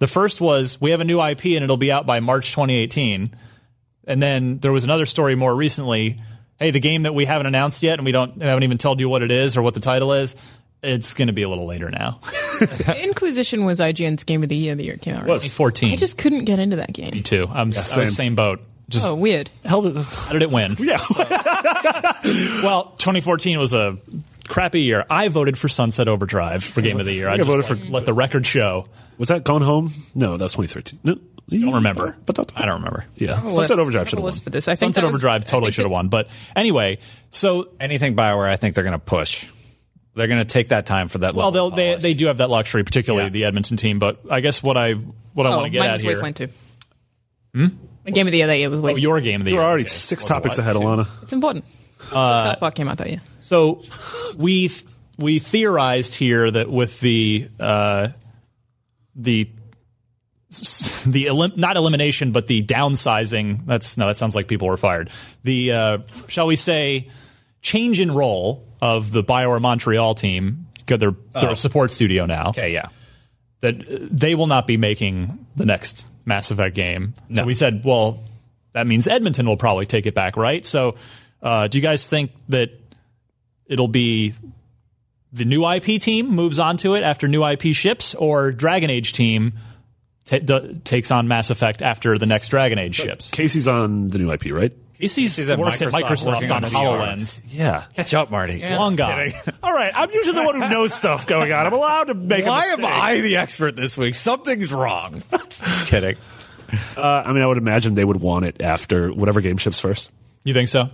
[SPEAKER 1] The first was we have a new IP and it'll be out by March 2018. And then there was another story more recently. Hey, the game that we haven't announced yet and we don't haven't even told you what it is or what the title is. It's going to be a little later now.
[SPEAKER 3] Inquisition was IGN's game of the year the year it came out. Right?
[SPEAKER 4] Was.
[SPEAKER 1] 14.
[SPEAKER 3] I just couldn't get into that game.
[SPEAKER 1] too. I'm same.
[SPEAKER 4] same.
[SPEAKER 1] same boat. Just
[SPEAKER 3] Oh, weird.
[SPEAKER 1] held it. How did it win?
[SPEAKER 4] Yeah.
[SPEAKER 1] Well, 2014 was a crappy year. I voted for Sunset Overdrive for Game of the Year. I,
[SPEAKER 4] I
[SPEAKER 1] just
[SPEAKER 4] voted
[SPEAKER 1] voted for let the record show.
[SPEAKER 4] was that Gone Home? No, that was 2013. No.
[SPEAKER 1] Don't remember,
[SPEAKER 4] But that's,
[SPEAKER 1] I don't remember.
[SPEAKER 4] Yeah.
[SPEAKER 3] I have a
[SPEAKER 4] Sunset
[SPEAKER 3] list- I
[SPEAKER 4] Overdrive
[SPEAKER 3] have a
[SPEAKER 4] should have won.
[SPEAKER 3] list for this. I think
[SPEAKER 1] Sunset
[SPEAKER 3] that was-
[SPEAKER 1] Overdrive totally should have won. But anyway, so
[SPEAKER 2] Anything Bioware, I think they're going to push. They're going to take that time for that.
[SPEAKER 1] well,
[SPEAKER 2] level
[SPEAKER 1] they'll,
[SPEAKER 2] of
[SPEAKER 1] they
[SPEAKER 2] polish.
[SPEAKER 1] they do have that luxury, particularly the Edmonton team. But I guess what I what I
[SPEAKER 3] Oh,
[SPEAKER 1] want to get
[SPEAKER 3] mine
[SPEAKER 1] at
[SPEAKER 3] was
[SPEAKER 1] here, Hmm?
[SPEAKER 3] Wasteland 2. Hmm? The game of the year that year was
[SPEAKER 1] Oh,
[SPEAKER 3] Wasteland.
[SPEAKER 1] your game of the
[SPEAKER 4] You
[SPEAKER 1] year.
[SPEAKER 4] were already
[SPEAKER 1] Okay.
[SPEAKER 4] six
[SPEAKER 1] Was it
[SPEAKER 4] topics
[SPEAKER 1] what?
[SPEAKER 4] ahead,
[SPEAKER 1] Two?
[SPEAKER 4] Alana.
[SPEAKER 3] it's important. South Park came out that year.
[SPEAKER 1] So we we theorized here that with the uh, the the elim- not elimination but the downsizing that's no that sounds like people were fired the uh, shall we say change in role of the Bioware Montreal team 'cause they're they're a support studio now
[SPEAKER 2] Okay, yeah.
[SPEAKER 1] that uh, they will not be making the next Mass Effect game. So we said, well, that means Edmonton will probably take it back, right? So, uh, do you guys think that it'll be the new IP team moves on to it after new IP ships, or Dragon Age team ta d- takes on Mass Effect after the next Dragon Age ships?
[SPEAKER 4] Casey's on the new IP, right?
[SPEAKER 1] Casey's
[SPEAKER 2] at
[SPEAKER 1] works at
[SPEAKER 2] Microsoft
[SPEAKER 1] Microsoft
[SPEAKER 2] working
[SPEAKER 1] on
[SPEAKER 2] on VR.
[SPEAKER 1] HoloLens.
[SPEAKER 4] Yeah.
[SPEAKER 2] Catch up, Marty.
[SPEAKER 1] Long gone.
[SPEAKER 4] All right. I'm usually the one who knows stuff going on. I'm allowed to make a
[SPEAKER 2] Why
[SPEAKER 4] mistake.
[SPEAKER 2] am I the expert this week? Something's wrong. Just kidding.
[SPEAKER 4] Uh, I mean, I would imagine they would want it after whatever game ships first.
[SPEAKER 1] You think so?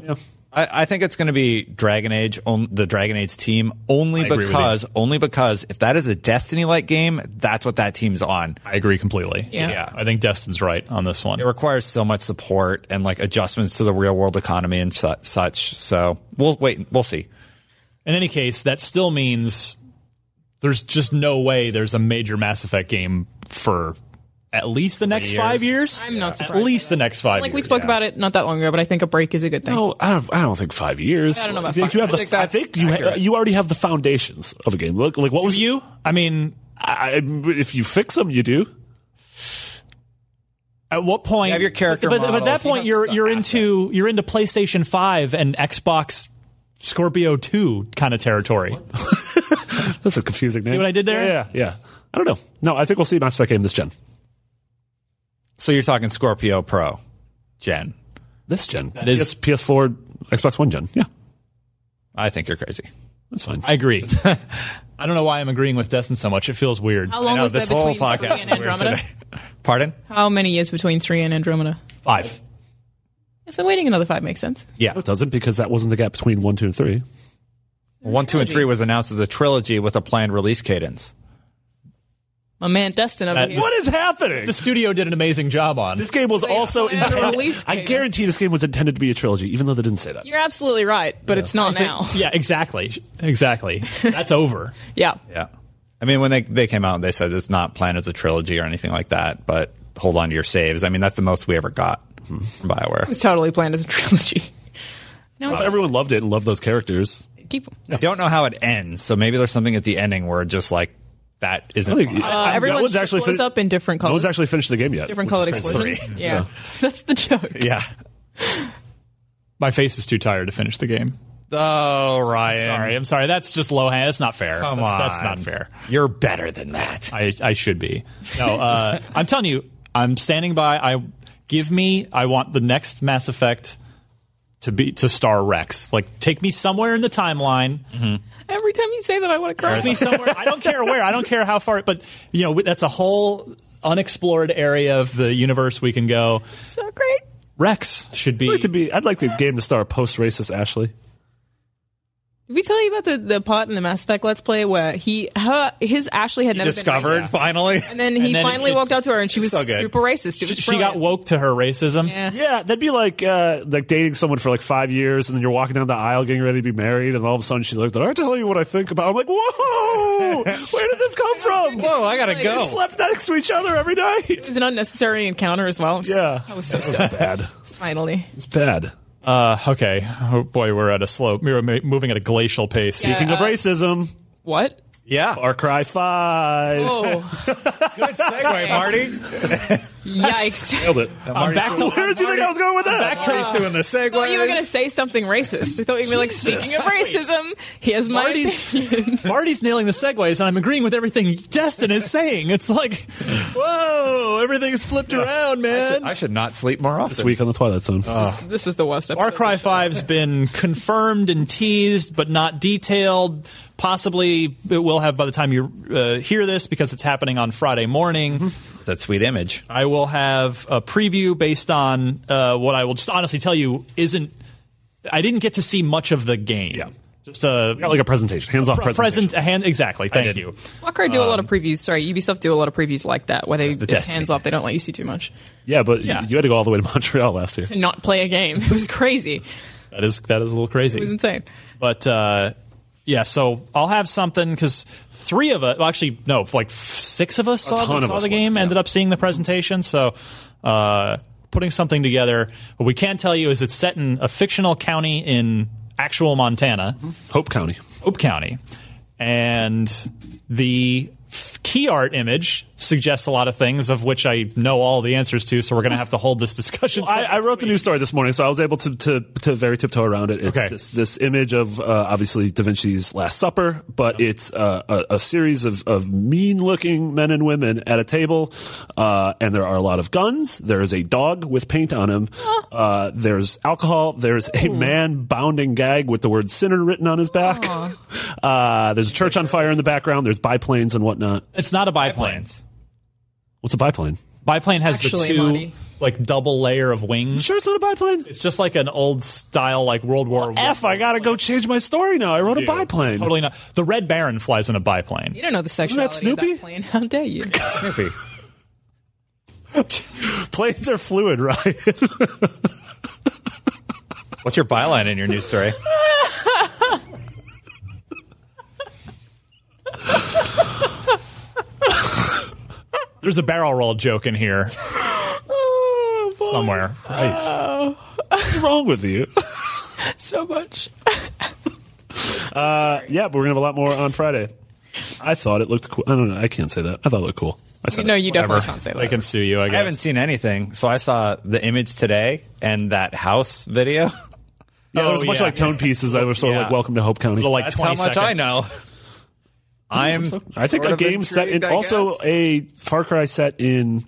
[SPEAKER 2] I, I think it's going to be Dragon Age, on, the Dragon Age team, only
[SPEAKER 1] agree with you.
[SPEAKER 2] because, only because if that is a Destiny-like game, that's what that team's on.
[SPEAKER 1] I agree completely.
[SPEAKER 3] Yeah. Yeah.
[SPEAKER 1] I think Destin's right on this one.
[SPEAKER 2] It requires so much support and like adjustments to the real world economy and su- such. So we'll wait. We'll see.
[SPEAKER 1] in any case, that still means there's just no way there's a major Mass Effect game for at least the next five years.
[SPEAKER 3] I'm not
[SPEAKER 1] At
[SPEAKER 3] surprised by
[SPEAKER 1] least the next five.
[SPEAKER 3] Like,
[SPEAKER 1] years.
[SPEAKER 3] we spoke about it not that long ago, but I think a break is a good thing.
[SPEAKER 4] No, I don't, I don't think five years.
[SPEAKER 3] I don't know about
[SPEAKER 4] think
[SPEAKER 3] five.
[SPEAKER 4] You have
[SPEAKER 2] I
[SPEAKER 4] the,
[SPEAKER 2] think
[SPEAKER 4] I
[SPEAKER 2] that's
[SPEAKER 4] think you, ha-
[SPEAKER 2] accurate.
[SPEAKER 4] you already have the foundations of a game. Look, like what was
[SPEAKER 1] you. I mean,
[SPEAKER 4] I, if you fix them, you do.
[SPEAKER 1] at what point
[SPEAKER 2] You have your character
[SPEAKER 1] But, but at that
[SPEAKER 2] models, you
[SPEAKER 1] point,
[SPEAKER 2] have
[SPEAKER 1] you're
[SPEAKER 2] stuff,
[SPEAKER 1] you're into you're into PlayStation Five and Xbox Scorpio Two kind of territory.
[SPEAKER 4] That's a confusing name.
[SPEAKER 1] what I did there?
[SPEAKER 4] Yeah, yeah, yeah. I don't know. No, I think we'll see Mass Effect game this gen.
[SPEAKER 2] So you're talking Scorpio Pro, Jen.
[SPEAKER 4] This gen. That
[SPEAKER 1] is-
[SPEAKER 4] PS, PS4, Xbox One gen. Yeah,
[SPEAKER 2] I think you're crazy.
[SPEAKER 4] that's fine.
[SPEAKER 1] I agree. I don't know why I'm agreeing with Destin so much. It feels weird.
[SPEAKER 3] How long
[SPEAKER 2] know,
[SPEAKER 3] was there
[SPEAKER 2] this whole
[SPEAKER 3] between three
[SPEAKER 2] podcast is
[SPEAKER 3] and
[SPEAKER 2] weird
[SPEAKER 3] Andromeda?
[SPEAKER 2] today. Pardon?
[SPEAKER 3] How many years between three and Andromeda?
[SPEAKER 1] Five.
[SPEAKER 3] So waiting another five makes sense.
[SPEAKER 2] Yeah.
[SPEAKER 4] No, it doesn't because that wasn't the gap between one, two, and three.
[SPEAKER 2] One, two, and three was announced as a trilogy with a planned release cadence.
[SPEAKER 3] My man Destin over
[SPEAKER 1] That-
[SPEAKER 3] here.
[SPEAKER 4] What is happening?
[SPEAKER 1] The studio did an amazing job on.
[SPEAKER 4] This game was also
[SPEAKER 3] yeah. As a
[SPEAKER 4] intended-
[SPEAKER 3] release
[SPEAKER 4] I
[SPEAKER 3] cadence.
[SPEAKER 4] guarantee this game was intended to be a trilogy, even though they didn't say that.
[SPEAKER 3] You're absolutely right, but it's not now.
[SPEAKER 1] Yeah, exactly, exactly. That's over.
[SPEAKER 3] Yeah.
[SPEAKER 2] Yeah. I mean, when they, they came out, they said it's not planned as a trilogy or anything like that, but hold on to your saves. I mean, that's the most we ever got from Bioware.
[SPEAKER 3] It's totally planned as a trilogy. No,
[SPEAKER 4] Well,
[SPEAKER 3] it's
[SPEAKER 4] everyone loved it and loved those characters.
[SPEAKER 3] keep 'em.
[SPEAKER 2] I don't know how it ends, so maybe there's something at the ending where just like that isn't.
[SPEAKER 4] I think-
[SPEAKER 2] fun.
[SPEAKER 4] I-
[SPEAKER 3] Uh, everyone
[SPEAKER 4] no one's
[SPEAKER 3] just
[SPEAKER 4] actually
[SPEAKER 3] blows
[SPEAKER 4] fin-
[SPEAKER 3] up in different
[SPEAKER 4] No
[SPEAKER 3] colors.
[SPEAKER 4] one's actually finished the game yet.
[SPEAKER 3] different
[SPEAKER 4] which is
[SPEAKER 3] colored
[SPEAKER 4] crazy.
[SPEAKER 3] explosions. Yeah. that's the joke.
[SPEAKER 2] yeah.
[SPEAKER 1] My face is too tired to finish the game.
[SPEAKER 2] Oh, Ryan.
[SPEAKER 1] Sorry, I'm sorry. That's just low hand. That's not fair.
[SPEAKER 2] Come
[SPEAKER 1] that's,
[SPEAKER 2] on.
[SPEAKER 1] that's not fair.
[SPEAKER 2] You're better than that.
[SPEAKER 1] I, I should be. No, uh, I'm telling you, I'm standing by. I give me. I want the next Mass Effect to be to star Rex. Like, take me somewhere in the timeline.
[SPEAKER 3] Every time you say that, I want to cry.
[SPEAKER 1] Take me somewhere. I don't care where. I don't care how far. But you know, that's a whole unexplored area of the universe we can go.
[SPEAKER 3] so great.
[SPEAKER 1] Rex should be.
[SPEAKER 4] I'd like to be. I'd like the game to star post-racist Ashley.
[SPEAKER 3] Did we tell you about the, the part in the Mass Effect Let's Play where he her his Ashley had never been
[SPEAKER 2] Discovered
[SPEAKER 3] racist.
[SPEAKER 2] finally.
[SPEAKER 3] and then he
[SPEAKER 1] And then
[SPEAKER 3] finally
[SPEAKER 1] it-
[SPEAKER 3] walked up to her and she was
[SPEAKER 2] so good.
[SPEAKER 3] super racist. It was
[SPEAKER 1] she got
[SPEAKER 3] brilliant.
[SPEAKER 1] woke to her racism.
[SPEAKER 4] Yeah, that'd be like uh, like dating someone for like five years, and then you're walking down the aisle getting ready to be married, and all of a sudden she's like, "Did I tell you what I think about?" I'm like, "Whoa, where did this come from?"
[SPEAKER 2] Whoa, I gotta
[SPEAKER 4] We
[SPEAKER 2] go.
[SPEAKER 4] slept next to each other every
[SPEAKER 3] It
[SPEAKER 4] night.
[SPEAKER 3] was an unnecessary encounter as well. I'm so-
[SPEAKER 4] Yeah,
[SPEAKER 3] I was so stoked.
[SPEAKER 4] bad.
[SPEAKER 3] Finally.
[SPEAKER 4] It's bad.
[SPEAKER 1] Uh, okay. Oh boy, we're at a slope. We're ma- moving at a glacial pace.
[SPEAKER 3] Yeah.
[SPEAKER 4] Speaking of racism,
[SPEAKER 3] What?
[SPEAKER 2] Yeah.
[SPEAKER 4] Far Cry Five.
[SPEAKER 3] Oh,
[SPEAKER 2] Good segue, Marty.
[SPEAKER 3] yikes.
[SPEAKER 4] Nailed it.
[SPEAKER 2] Marty's
[SPEAKER 1] back to-
[SPEAKER 2] doing-
[SPEAKER 4] Where did you think I was going with that?
[SPEAKER 2] Back to he's doing the segue.
[SPEAKER 3] I thought you were going to say something racist. I thought you were like, speaking of racism, here's my.
[SPEAKER 1] Marty's, Marty's nailing the segues, and I'm agreeing with everything Destin is saying. It's like, whoa, everything's flipped around,
[SPEAKER 2] I
[SPEAKER 1] man.
[SPEAKER 2] should, I should not sleep more often.
[SPEAKER 4] this week on the Twilight Zone.
[SPEAKER 3] This is the worst episode.
[SPEAKER 1] Far Cry 5's been confirmed and teased, but not detailed. Possibly it will have by the time you uh, hear this because it's happening on Friday morning.
[SPEAKER 2] That sweet image.
[SPEAKER 1] I will have a preview based on uh, what I will just honestly tell you isn't. I didn't get to see much of the game.
[SPEAKER 4] Yeah.
[SPEAKER 1] Just a
[SPEAKER 4] Got like a presentation, hands off
[SPEAKER 1] pre-
[SPEAKER 4] presentation.
[SPEAKER 1] present a hand. Exactly. Thank
[SPEAKER 4] did.
[SPEAKER 1] you.
[SPEAKER 3] Far Cry do a lot of previews. Sorry, Ubisoft do a lot of previews like that, where they it's
[SPEAKER 2] Destiny.
[SPEAKER 3] hands off. They don't let you see too much.
[SPEAKER 4] Yeah, but y-
[SPEAKER 1] Yeah.
[SPEAKER 4] you had to go all the way to Montreal last year.
[SPEAKER 3] To not play a game, it was crazy.
[SPEAKER 1] That is that is a little crazy.
[SPEAKER 3] It was insane.
[SPEAKER 1] But uh, yeah, so I'll have something because three of us, well, actually, no, like f- six of us saw,
[SPEAKER 4] ton
[SPEAKER 1] the,
[SPEAKER 4] of
[SPEAKER 1] saw
[SPEAKER 4] us
[SPEAKER 1] the
[SPEAKER 4] went,
[SPEAKER 1] game,
[SPEAKER 4] yeah.
[SPEAKER 1] ended up seeing the presentation. So uh, putting something together. What we can tell you is it's set in a fictional county in actual Montana,
[SPEAKER 4] Hope County.
[SPEAKER 1] Hope County, and the f- key art image suggests a lot of things of which I know all the answers to. So we're going to have to hold this discussion. till
[SPEAKER 4] I, I
[SPEAKER 1] next
[SPEAKER 4] wrote the news story this morning, so I was able to to, to very tiptoe around it. It's
[SPEAKER 1] Okay.
[SPEAKER 4] this, this image of uh, obviously Da Vinci's Last Supper, but it's uh, a, a series of, of mean looking men and women at a table, uh, and there are a lot of guns. There is a dog with paint on him. Uh, there's alcohol. There's a man bound and gag with the word sinner written on his back. Uh, there's a church on fire in the background. There's biplanes and whatnot.
[SPEAKER 1] It's not a biplane.
[SPEAKER 4] What's a biplane?
[SPEAKER 1] Biplane has
[SPEAKER 3] Actually,
[SPEAKER 1] the two
[SPEAKER 3] Monty.
[SPEAKER 1] like double layer of wings.
[SPEAKER 4] Sure, it's not a biplane.
[SPEAKER 1] It's just like an old style like World War
[SPEAKER 4] F, I gotta go change my story now. I wrote a
[SPEAKER 1] One.
[SPEAKER 4] biplane.
[SPEAKER 1] It's Totally not. The Red Baron flies in a biplane.
[SPEAKER 3] You don't know the sexuality
[SPEAKER 4] that
[SPEAKER 3] of
[SPEAKER 4] Snoopy?
[SPEAKER 3] that plane. How dare you?
[SPEAKER 2] Snoopy.
[SPEAKER 4] Planes are fluid, right?
[SPEAKER 2] What's your byline in your news story?
[SPEAKER 1] There's a barrel roll joke in here
[SPEAKER 3] oh, boy.
[SPEAKER 1] somewhere.
[SPEAKER 4] What's wrong with you?
[SPEAKER 3] so much.
[SPEAKER 4] yeah, but we're gonna have a lot more on Friday. I thought it looked cool. I don't know. I can't say that. I thought it looked cool. I said
[SPEAKER 3] No,
[SPEAKER 4] it.
[SPEAKER 3] you
[SPEAKER 1] Whatever.
[SPEAKER 3] definitely can't say that.
[SPEAKER 1] They can sue you. I
[SPEAKER 2] I
[SPEAKER 1] guess.
[SPEAKER 2] haven't seen anything, so I saw the image today and that house video.
[SPEAKER 4] Yeah, there was a
[SPEAKER 1] Oh,
[SPEAKER 4] bunch
[SPEAKER 1] yeah.
[SPEAKER 4] of like tone pieces that were sort of
[SPEAKER 2] Yeah.
[SPEAKER 4] like "Welcome to Hope County."
[SPEAKER 1] Little, like
[SPEAKER 2] That's
[SPEAKER 1] 20
[SPEAKER 2] how much
[SPEAKER 1] second-
[SPEAKER 2] I know. I'm.
[SPEAKER 4] I think
[SPEAKER 2] sort
[SPEAKER 4] a
[SPEAKER 2] of
[SPEAKER 4] game set in
[SPEAKER 2] intrigued, I
[SPEAKER 4] also
[SPEAKER 2] guess.
[SPEAKER 4] a Far Cry set in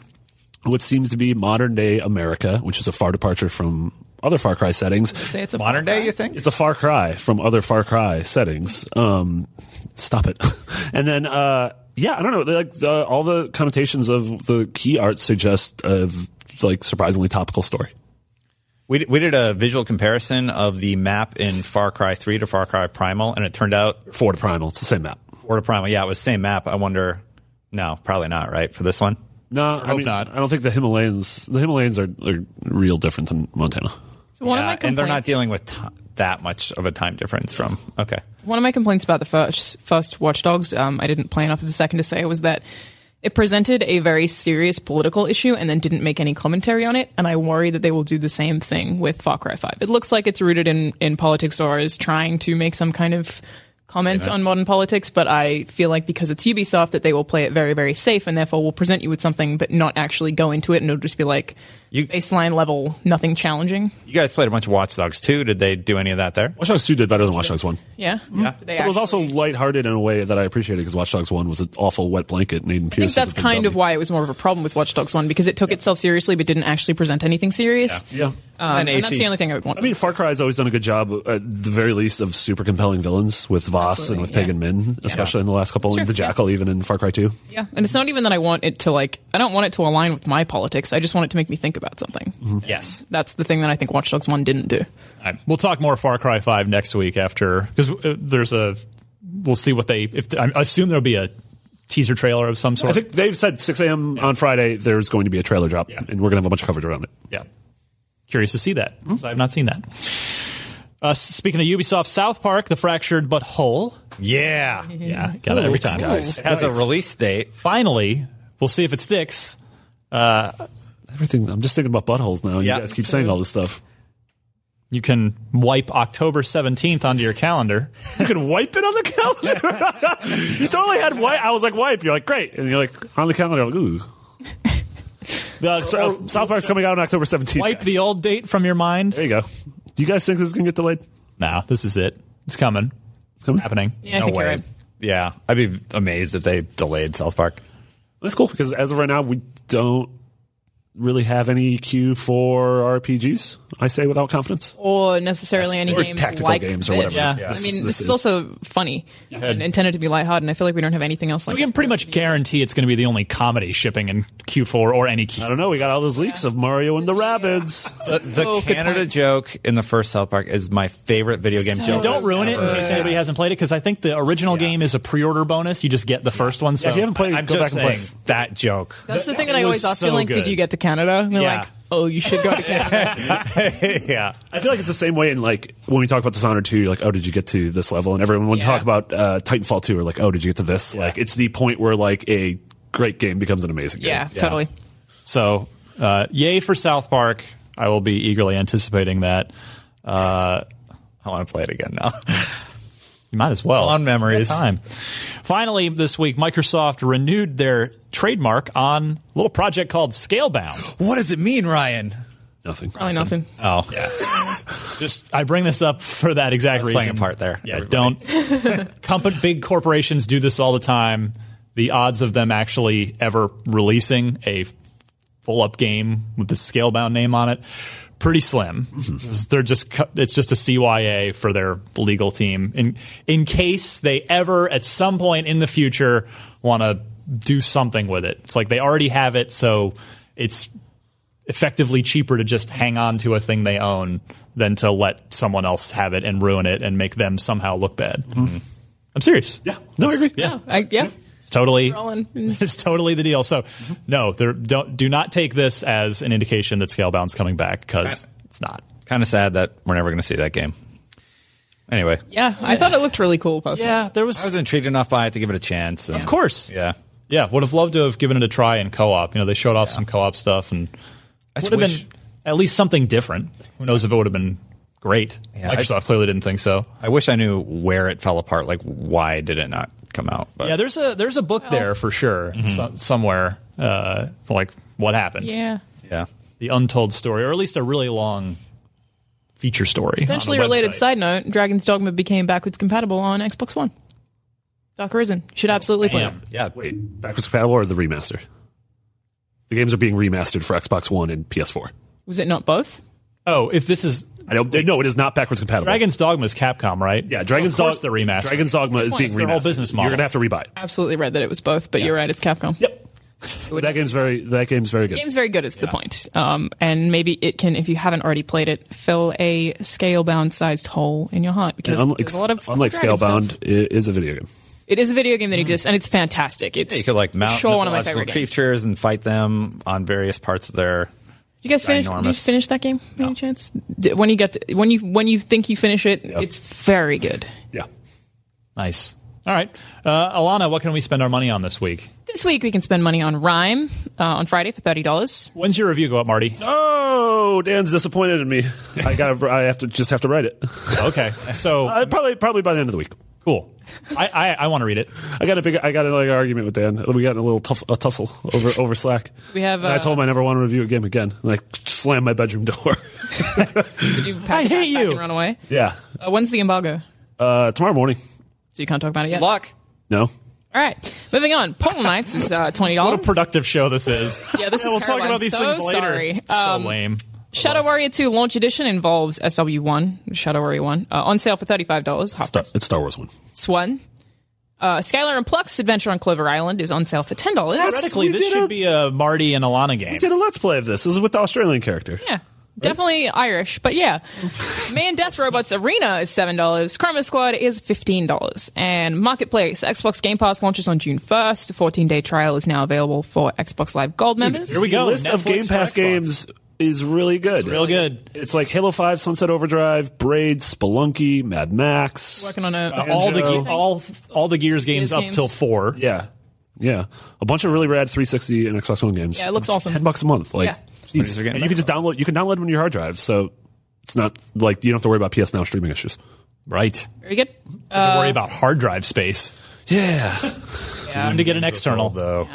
[SPEAKER 4] what seems to be modern day America, which is a far departure from other Far Cry settings.
[SPEAKER 3] Say it's a
[SPEAKER 2] modern day. You think?
[SPEAKER 4] It's a Far Cry from other Far Cry settings. Um, stop it. and then, uh, yeah, I don't know. Like the, all the connotations of the key art suggest a like surprisingly topical story.
[SPEAKER 2] We d- we did a visual comparison of the map in Far Cry Three to Far Cry Primal, and it turned out
[SPEAKER 4] Four to Primal. It's the same map.
[SPEAKER 2] Far Cry Primal. Yeah, it was same map. I wonder. No, probably not. Right for this one.
[SPEAKER 4] No, I mean,
[SPEAKER 1] not.
[SPEAKER 4] I don't think the Himalayans. The Himalayans are, are real different than Montana.
[SPEAKER 3] So one of
[SPEAKER 2] Yeah,
[SPEAKER 3] my
[SPEAKER 2] and they're not
[SPEAKER 3] complaints-
[SPEAKER 2] dealing with ti that much of a time difference from. Okay.
[SPEAKER 3] one of my complaints about the first first Watch Dogs, um, I didn't play enough of the second to say, was that it presented a very serious political issue and then didn't make any commentary on it. And I worry that they will do the same thing with Far Cry Five. It looks like it's rooted in in politics or is trying to make some kind of comment on modern politics, but I feel like because it's Ubisoft that they will play it very very safe and therefore will present you with something, but not actually go into it, and it'll just be like
[SPEAKER 2] You-
[SPEAKER 3] baseline level, nothing challenging.
[SPEAKER 2] You guys played a bunch of Watch Dogs too. Did they do any of that
[SPEAKER 3] Um,
[SPEAKER 2] there?
[SPEAKER 4] Watch Dogs Two did better than Watch Dogs One.
[SPEAKER 3] Yeah, They
[SPEAKER 4] It was
[SPEAKER 3] actually-
[SPEAKER 4] also lighthearted in a way that I appreciated because Watch Dogs One was an awful wet blanket. And Aiden
[SPEAKER 3] I think
[SPEAKER 4] Pierce.
[SPEAKER 3] that's kind of why it was more of a problem with Watch Dogs 1 because it took itself seriously but didn't actually present anything serious.
[SPEAKER 4] Yeah.
[SPEAKER 2] and
[SPEAKER 3] And
[SPEAKER 2] AC.
[SPEAKER 3] that's the only thing I would want.
[SPEAKER 4] I mean, Far Cry has always done a good job, uh, at the very least, of super compelling villains with Voss and with Pagan Min, especially in the last couple, and
[SPEAKER 3] true,
[SPEAKER 4] the Jackal even in Far Cry 2.
[SPEAKER 3] yeah. And it's not even that I want it to like I don't want it to align with my politics. I just want it to make me think about something.
[SPEAKER 4] Mm-hmm.
[SPEAKER 2] yes.
[SPEAKER 3] That's the thing that I think Watch Dogs 1 didn't do.
[SPEAKER 1] All right. We'll talk more Far Cry Five next week after because there's a. We'll see what they. If I assume there'll be a teaser trailer of some sort.
[SPEAKER 4] I think they've said 6 a.m. on Friday, there's going to be a trailer drop, and we're going to have a bunch of coverage around it.
[SPEAKER 1] yeah. Curious to see that.
[SPEAKER 3] Hmm.
[SPEAKER 1] So I've not seen that. Uh, s- speaking of Ubisoft, South Park: The Fractured But Whole.
[SPEAKER 2] Yeah.
[SPEAKER 1] Yeah, got it every time.
[SPEAKER 4] guys.
[SPEAKER 2] It has a release date.
[SPEAKER 1] Finally, we'll see if it sticks.
[SPEAKER 4] Everything, I'm just thinking about buttholes now. and
[SPEAKER 2] Yeah.
[SPEAKER 4] You guys keep saying all this stuff.
[SPEAKER 1] You can wipe October 17th onto your calendar.
[SPEAKER 4] You can wipe it on the calendar. you totally had wipe. I was like, wipe. You're like, great. And you're like, on the calendar. I'm like, ooh. The, Uh, so, South Park's coming out on October 17th.
[SPEAKER 1] Wipe
[SPEAKER 4] guys.
[SPEAKER 1] the old date from your mind.
[SPEAKER 4] There you go. Do you guys think this is going to get delayed?
[SPEAKER 1] No, this is it. It's coming. It's
[SPEAKER 4] coming.
[SPEAKER 1] happening.
[SPEAKER 3] Yeah, I think you're right.
[SPEAKER 2] Yeah, I'd be amazed if they delayed South Park.
[SPEAKER 4] That's cool because as of right now, we don't really have any queue for RPGs. I say without confidence.
[SPEAKER 3] or necessarily any
[SPEAKER 4] Or
[SPEAKER 3] games
[SPEAKER 4] tactical
[SPEAKER 3] like
[SPEAKER 4] games or
[SPEAKER 3] this.
[SPEAKER 4] whatever. Yeah. Yeah.
[SPEAKER 3] I
[SPEAKER 4] This-
[SPEAKER 3] mean,
[SPEAKER 4] this
[SPEAKER 3] this, is
[SPEAKER 4] is-
[SPEAKER 3] also funny and intended to be lighthearted, and I feel like we don't have anything else like
[SPEAKER 1] We can pretty much guarantee it's going to be the only comedy shipping in Q4 or any
[SPEAKER 4] I
[SPEAKER 1] Q.
[SPEAKER 4] don't know. We got all those leaks of Mario and the Rabbids.
[SPEAKER 2] The, Uh, the
[SPEAKER 3] Oh, good
[SPEAKER 2] Canada
[SPEAKER 3] point.
[SPEAKER 2] joke in the first South Park is my favorite video game joke.
[SPEAKER 1] Don't ruin it in
[SPEAKER 2] ever.
[SPEAKER 1] case anybody hasn't played it because I think the original game is a pre-order bonus. You just get the first one. So
[SPEAKER 4] if you haven't played,
[SPEAKER 2] I'm
[SPEAKER 4] go back
[SPEAKER 2] just
[SPEAKER 4] and play.
[SPEAKER 2] saying that joke.
[SPEAKER 3] That's the thing that
[SPEAKER 1] It
[SPEAKER 3] I
[SPEAKER 1] was
[SPEAKER 3] always often
[SPEAKER 1] so
[SPEAKER 3] like,
[SPEAKER 1] good.
[SPEAKER 3] did you get to Canada? And they're
[SPEAKER 2] Yeah.
[SPEAKER 3] like, oh, you should go to Canada.
[SPEAKER 2] yeah,
[SPEAKER 4] I feel like it's the same way in like when we talk about Dishonored 2, you're like, oh, did you get to this level? And everyone when we
[SPEAKER 3] Yeah.
[SPEAKER 4] talk about uh, Titanfall 2, are like, oh, did you get to this? Like it's the point where like a great game becomes an amazing game.
[SPEAKER 3] yeah, totally.
[SPEAKER 1] So, uh, yay for South Park. I will be eagerly anticipating that. Uh,
[SPEAKER 2] I want to play it again now.
[SPEAKER 1] you might as well.
[SPEAKER 2] Fond memories.
[SPEAKER 1] Good Time. Finally, this week, Microsoft renewed their trademark on a little project called Scalebound.
[SPEAKER 2] what does it mean, Ryan?
[SPEAKER 4] Nothing.
[SPEAKER 3] Probably nothing.
[SPEAKER 2] Oh, yeah,
[SPEAKER 1] Just, I bring this up for that exact reason.
[SPEAKER 2] playing a part there.
[SPEAKER 1] Yeah,
[SPEAKER 2] everybody.
[SPEAKER 1] don't. Compa- big corporations do this all the time. The odds of them actually ever releasing a full up game with the Scalebound name on it pretty slim.
[SPEAKER 4] Mm-hmm.
[SPEAKER 1] They're just cu- it's just a CYA for their legal team in in case they ever at some point in the future want to do something with it. It's like they already have it, so it's effectively cheaper to just hang on to a thing they own than to let someone else have it and ruin it and make them somehow look bad. I'm serious.
[SPEAKER 4] Mm-hmm. Yeah. No, I agree.
[SPEAKER 3] Yeah, Oh, I, yeah.
[SPEAKER 1] It's totally
[SPEAKER 3] We're all in.
[SPEAKER 1] it's totally the deal. So no, there don't do not take this as an indication that Scalebound's coming back because it's not.
[SPEAKER 2] Kind of sad that we're never going to see that game. Anyway,
[SPEAKER 3] yeah. I thought it looked really cool. Personally.
[SPEAKER 1] Yeah, there
[SPEAKER 2] I was
[SPEAKER 1] was
[SPEAKER 2] intrigued enough by it to give it a chance. and-
[SPEAKER 1] of course.
[SPEAKER 2] yeah.
[SPEAKER 1] Yeah, would have loved to have given it a try in co-op. You know, they showed off some co-op stuff and would
[SPEAKER 2] I just
[SPEAKER 1] have
[SPEAKER 2] wish-
[SPEAKER 1] been at least something different. Who knows if it would have been great?
[SPEAKER 2] Yeah, I
[SPEAKER 1] Microsoft clearly didn't think so.
[SPEAKER 2] I wish I knew where it fell apart. Like, why did it not come out? But
[SPEAKER 1] Yeah, there's a there's a book there for sure so- somewhere. Uh, like what happened?
[SPEAKER 3] Yeah.
[SPEAKER 2] yeah.
[SPEAKER 1] The untold story, or at least a really long feature story.
[SPEAKER 3] Potentially
[SPEAKER 1] on the
[SPEAKER 3] related
[SPEAKER 1] website.
[SPEAKER 3] side note: Dragon's Dogma became backwards compatible on Xbox One. Dark Arisen
[SPEAKER 2] Oh,
[SPEAKER 3] should absolutely play it.
[SPEAKER 1] Damn.
[SPEAKER 2] yeah,
[SPEAKER 4] Wait, backwards compatible or the remaster? The games are being remastered for Xbox One and PS4.
[SPEAKER 3] Was it not both?
[SPEAKER 1] Oh, if this is
[SPEAKER 4] I don't. No, it is not backwards compatible.
[SPEAKER 1] Dragon's Dogma is Capcom, right?
[SPEAKER 4] Yeah, Dragon's
[SPEAKER 1] Of course
[SPEAKER 4] Dogma.
[SPEAKER 1] the remaster.
[SPEAKER 4] Dragon's Dogma is
[SPEAKER 3] point.
[SPEAKER 4] being
[SPEAKER 3] It's
[SPEAKER 4] remastered.
[SPEAKER 1] their whole business model.
[SPEAKER 4] You're gonna have to rebuy it.
[SPEAKER 3] Absolutely read that it was both, but you're right. It's Capcom.
[SPEAKER 4] Yep. That game's very. That game's very good.
[SPEAKER 3] The game's very good is the point um, and maybe it can if you haven't already played it fill a scale bound sized hole in your heart because
[SPEAKER 4] And unlike
[SPEAKER 3] there's a lot of
[SPEAKER 4] unlike
[SPEAKER 3] dragon stuff.
[SPEAKER 4] Scalebound, it is a video game.
[SPEAKER 3] it is a video game that exists and it's fantastic it's
[SPEAKER 2] you could like
[SPEAKER 3] for
[SPEAKER 2] mount
[SPEAKER 3] sure one of my
[SPEAKER 2] mythological
[SPEAKER 3] favorite games.
[SPEAKER 2] creatures and fight them on various parts of their.
[SPEAKER 3] Did you guys finish did you
[SPEAKER 2] Ginormous.
[SPEAKER 3] finish that game by any chance D- when you get to, when you when you think you finish it it's very good
[SPEAKER 4] Yeah.
[SPEAKER 1] Nice. All right, uh, Alana, what can we spend our money on this week?
[SPEAKER 3] this week we can spend money on Rhyme uh, on Friday for thirty dollars
[SPEAKER 1] When's your review go up, Marty?
[SPEAKER 3] Uh,
[SPEAKER 4] Oh, Dan's disappointed in me. I got. to I have to just have to write it.
[SPEAKER 1] Okay, so
[SPEAKER 4] Uh, probably probably by the end of the week.
[SPEAKER 1] cool. I I, I want to read it.
[SPEAKER 4] I got a big. I got like an argument with Dan. We got in a little tuff, a tussle over over Slack.
[SPEAKER 3] We have,
[SPEAKER 4] And I
[SPEAKER 3] uh,
[SPEAKER 4] told him I never want to review a game again, and I slammed my bedroom door.
[SPEAKER 3] Did you pack,
[SPEAKER 1] I hate
[SPEAKER 3] pack
[SPEAKER 1] you.
[SPEAKER 3] and run away
[SPEAKER 4] yeah.
[SPEAKER 3] uh, when's the embargo
[SPEAKER 4] Uh, tomorrow morning.
[SPEAKER 3] so you can't talk about it yet
[SPEAKER 2] Luck.
[SPEAKER 4] No.
[SPEAKER 3] all right moving on Portal Knights is uh, twenty dollars
[SPEAKER 1] What a productive show this is.
[SPEAKER 3] Yeah, this is
[SPEAKER 1] We'll
[SPEAKER 3] terrible.
[SPEAKER 1] talk about
[SPEAKER 3] I'm
[SPEAKER 1] these
[SPEAKER 3] so
[SPEAKER 1] things later.
[SPEAKER 3] sorry.
[SPEAKER 1] so
[SPEAKER 3] Um,
[SPEAKER 1] lame.
[SPEAKER 3] Shadow Warrior 2 Launch Edition involves SW1, Shadow Warrior 1, uh, on sale for $35. Half price.
[SPEAKER 4] It's Star Wars one.
[SPEAKER 3] It's one. Uh, Skylar and Pluck's Adventure on Clover Island is on sale for $10.
[SPEAKER 1] Theoretically,
[SPEAKER 4] We
[SPEAKER 1] this
[SPEAKER 4] did
[SPEAKER 1] should
[SPEAKER 4] a-
[SPEAKER 1] be a Marty and Alana game.
[SPEAKER 4] Did a let's play of this. This is with the Australian character.
[SPEAKER 3] yeah. Definitely Irish, but yeah. Man Death Robots Arena is $7. Chroma Squad is $15. And Marketplace, Xbox Game Pass launches on June 1st. A 14 day trial is now available for Xbox Live Gold members.
[SPEAKER 1] Here we go.
[SPEAKER 4] The list of
[SPEAKER 1] Netflix
[SPEAKER 4] Game Pass
[SPEAKER 1] for Xbox.
[SPEAKER 4] games is really good.
[SPEAKER 1] Real good.
[SPEAKER 4] It's like Halo 5, Sunset Overdrive, Braid, Spelunky, Mad Max.
[SPEAKER 3] Working on a.
[SPEAKER 1] all the
[SPEAKER 4] Banjo.
[SPEAKER 1] ge- all all the Gears games
[SPEAKER 3] Gears
[SPEAKER 1] up
[SPEAKER 3] games.
[SPEAKER 1] till four.
[SPEAKER 4] Yeah. Yeah. A bunch of really rad 360 and Xbox One games.
[SPEAKER 3] Yeah, it looks
[SPEAKER 4] It's
[SPEAKER 3] awesome.
[SPEAKER 4] Ten bucks a month. Like
[SPEAKER 3] Yeah.
[SPEAKER 4] jeez. And you can just download you can download them on your hard drive. So It's not like you don't have to worry about PS Now streaming issues.
[SPEAKER 1] Right.
[SPEAKER 3] Very good.
[SPEAKER 1] Don't
[SPEAKER 3] Uh,
[SPEAKER 1] worry about hard drive space.
[SPEAKER 4] Yeah.
[SPEAKER 1] Time to get an external
[SPEAKER 2] Though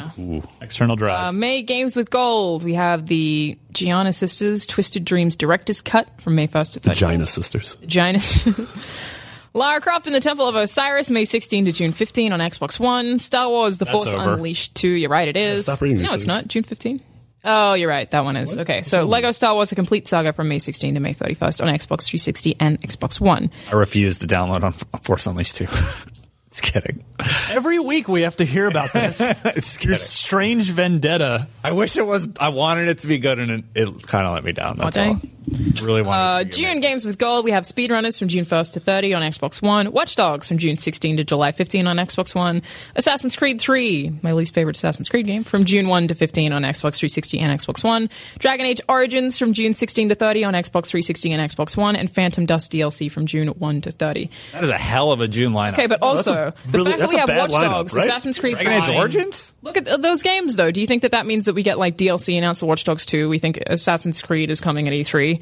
[SPEAKER 1] external drive.
[SPEAKER 3] Uh, May Games with Gold. We have the Gianna Sisters Twisted Dreams Director's Cut from May 1st to 30th.
[SPEAKER 4] Gina sisters.
[SPEAKER 3] Giannis. Lara Croft in the Temple of Osiris, May 16 to June 15 on Xbox One. Star Wars The Force
[SPEAKER 1] over.
[SPEAKER 3] Unleashed 2. You're right, it is.
[SPEAKER 4] stop reading
[SPEAKER 3] no,
[SPEAKER 4] these
[SPEAKER 3] it's
[SPEAKER 4] things.
[SPEAKER 3] not. June 15. Oh, you're right. That one is. Okay. So Lego Star Wars The Complete Saga from May 16 to May 31st on Xbox 360 and Xbox One.
[SPEAKER 2] I refuse to download on Force Unleashed 2. Just kidding.
[SPEAKER 1] Every week we have to hear about this.
[SPEAKER 2] Just
[SPEAKER 1] Your
[SPEAKER 2] kidding.
[SPEAKER 1] strange vendetta.
[SPEAKER 2] I wish it was. I wanted it to be good, and it, it kind of let me down. That's
[SPEAKER 3] Okay.
[SPEAKER 2] all. Really wanted. it
[SPEAKER 3] Uh,
[SPEAKER 2] to be
[SPEAKER 3] June
[SPEAKER 2] amazing.
[SPEAKER 3] Games with Gold, we have Speedrunners from June 1st to 30 on Xbox One, Watch Dogs from June 16 to July 15 on Xbox One, Assassin's Creed 3, my least favorite Assassin's Creed game, from June 1 to 15 on Xbox 360 and Xbox One, Dragon Age Origins from June 16 to 30 on Xbox 360 and Xbox One, and Phantom Dust DLC from June 1 to 30.
[SPEAKER 2] That is a hell of a June lineup.
[SPEAKER 3] Okay, but also, the
[SPEAKER 4] really-
[SPEAKER 3] fact that
[SPEAKER 4] that's
[SPEAKER 3] we
[SPEAKER 4] a
[SPEAKER 3] have Watch
[SPEAKER 4] bad lineup,
[SPEAKER 3] Dogs,
[SPEAKER 4] right?
[SPEAKER 3] Assassin's Creed
[SPEAKER 2] Dragon Age
[SPEAKER 3] 3.
[SPEAKER 2] Origins.
[SPEAKER 3] Look at th- those games, though. Do you think that that means that we get like DLC announced for Watch Dogs 2? We think Assassin's Creed is coming at E3.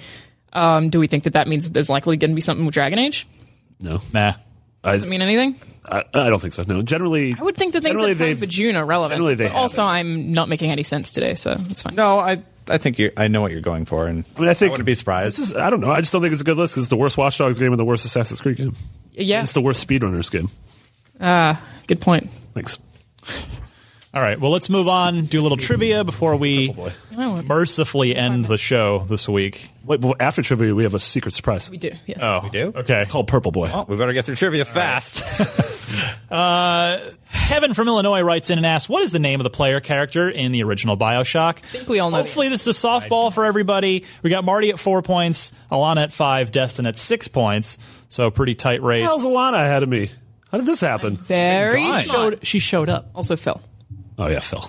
[SPEAKER 3] Um, do we think that that means that there's likely going to be something with Dragon Age?
[SPEAKER 4] No,
[SPEAKER 2] Nah.
[SPEAKER 3] Does it mean anything?
[SPEAKER 4] I, I don't think so. No, generally,
[SPEAKER 3] I would think the things
[SPEAKER 4] generally
[SPEAKER 3] that time for
[SPEAKER 4] they've-
[SPEAKER 3] June are relevant.
[SPEAKER 4] generally they
[SPEAKER 3] but also,
[SPEAKER 4] haven't.
[SPEAKER 3] I'm not making any sense today, so it's fine.
[SPEAKER 2] No, I. I think you. I know what you're going for, and
[SPEAKER 4] I mean, I think
[SPEAKER 2] wouldn't be surprised.
[SPEAKER 4] This is, I don't know. I just don't think it's a good list because it's the worst Watch Dogs game and the worst Assassin's Creed game.
[SPEAKER 3] Yeah,
[SPEAKER 4] It's the worst Speedrunners game.
[SPEAKER 3] good point.
[SPEAKER 4] Thanks.
[SPEAKER 1] All right. Well, let's move on. Do a little trivia before we
[SPEAKER 3] Oh,
[SPEAKER 1] mercifully end the show this week.
[SPEAKER 4] Wait, but after trivia, we have a secret surprise.
[SPEAKER 3] We Oh. do. Yes.
[SPEAKER 1] Oh,
[SPEAKER 2] We do? Oh,
[SPEAKER 1] Okay.
[SPEAKER 4] It's called Purple Boy.
[SPEAKER 2] we better get through trivia fast.
[SPEAKER 1] Uh, Kevin from Illinois writes in and asks, "What is the name of the player character in the original Bioshock?" I think
[SPEAKER 3] we all know
[SPEAKER 1] Hopefully, this is a softball for everybody. We got Marty at four points, Alana at five, Destin at six points. So pretty tight race.
[SPEAKER 4] How's Alana ahead of me? How did this happen?
[SPEAKER 3] Very
[SPEAKER 1] She
[SPEAKER 3] smart.
[SPEAKER 1] showed, she showed up.
[SPEAKER 3] Also, Phil,
[SPEAKER 4] Oh yeah, Phil.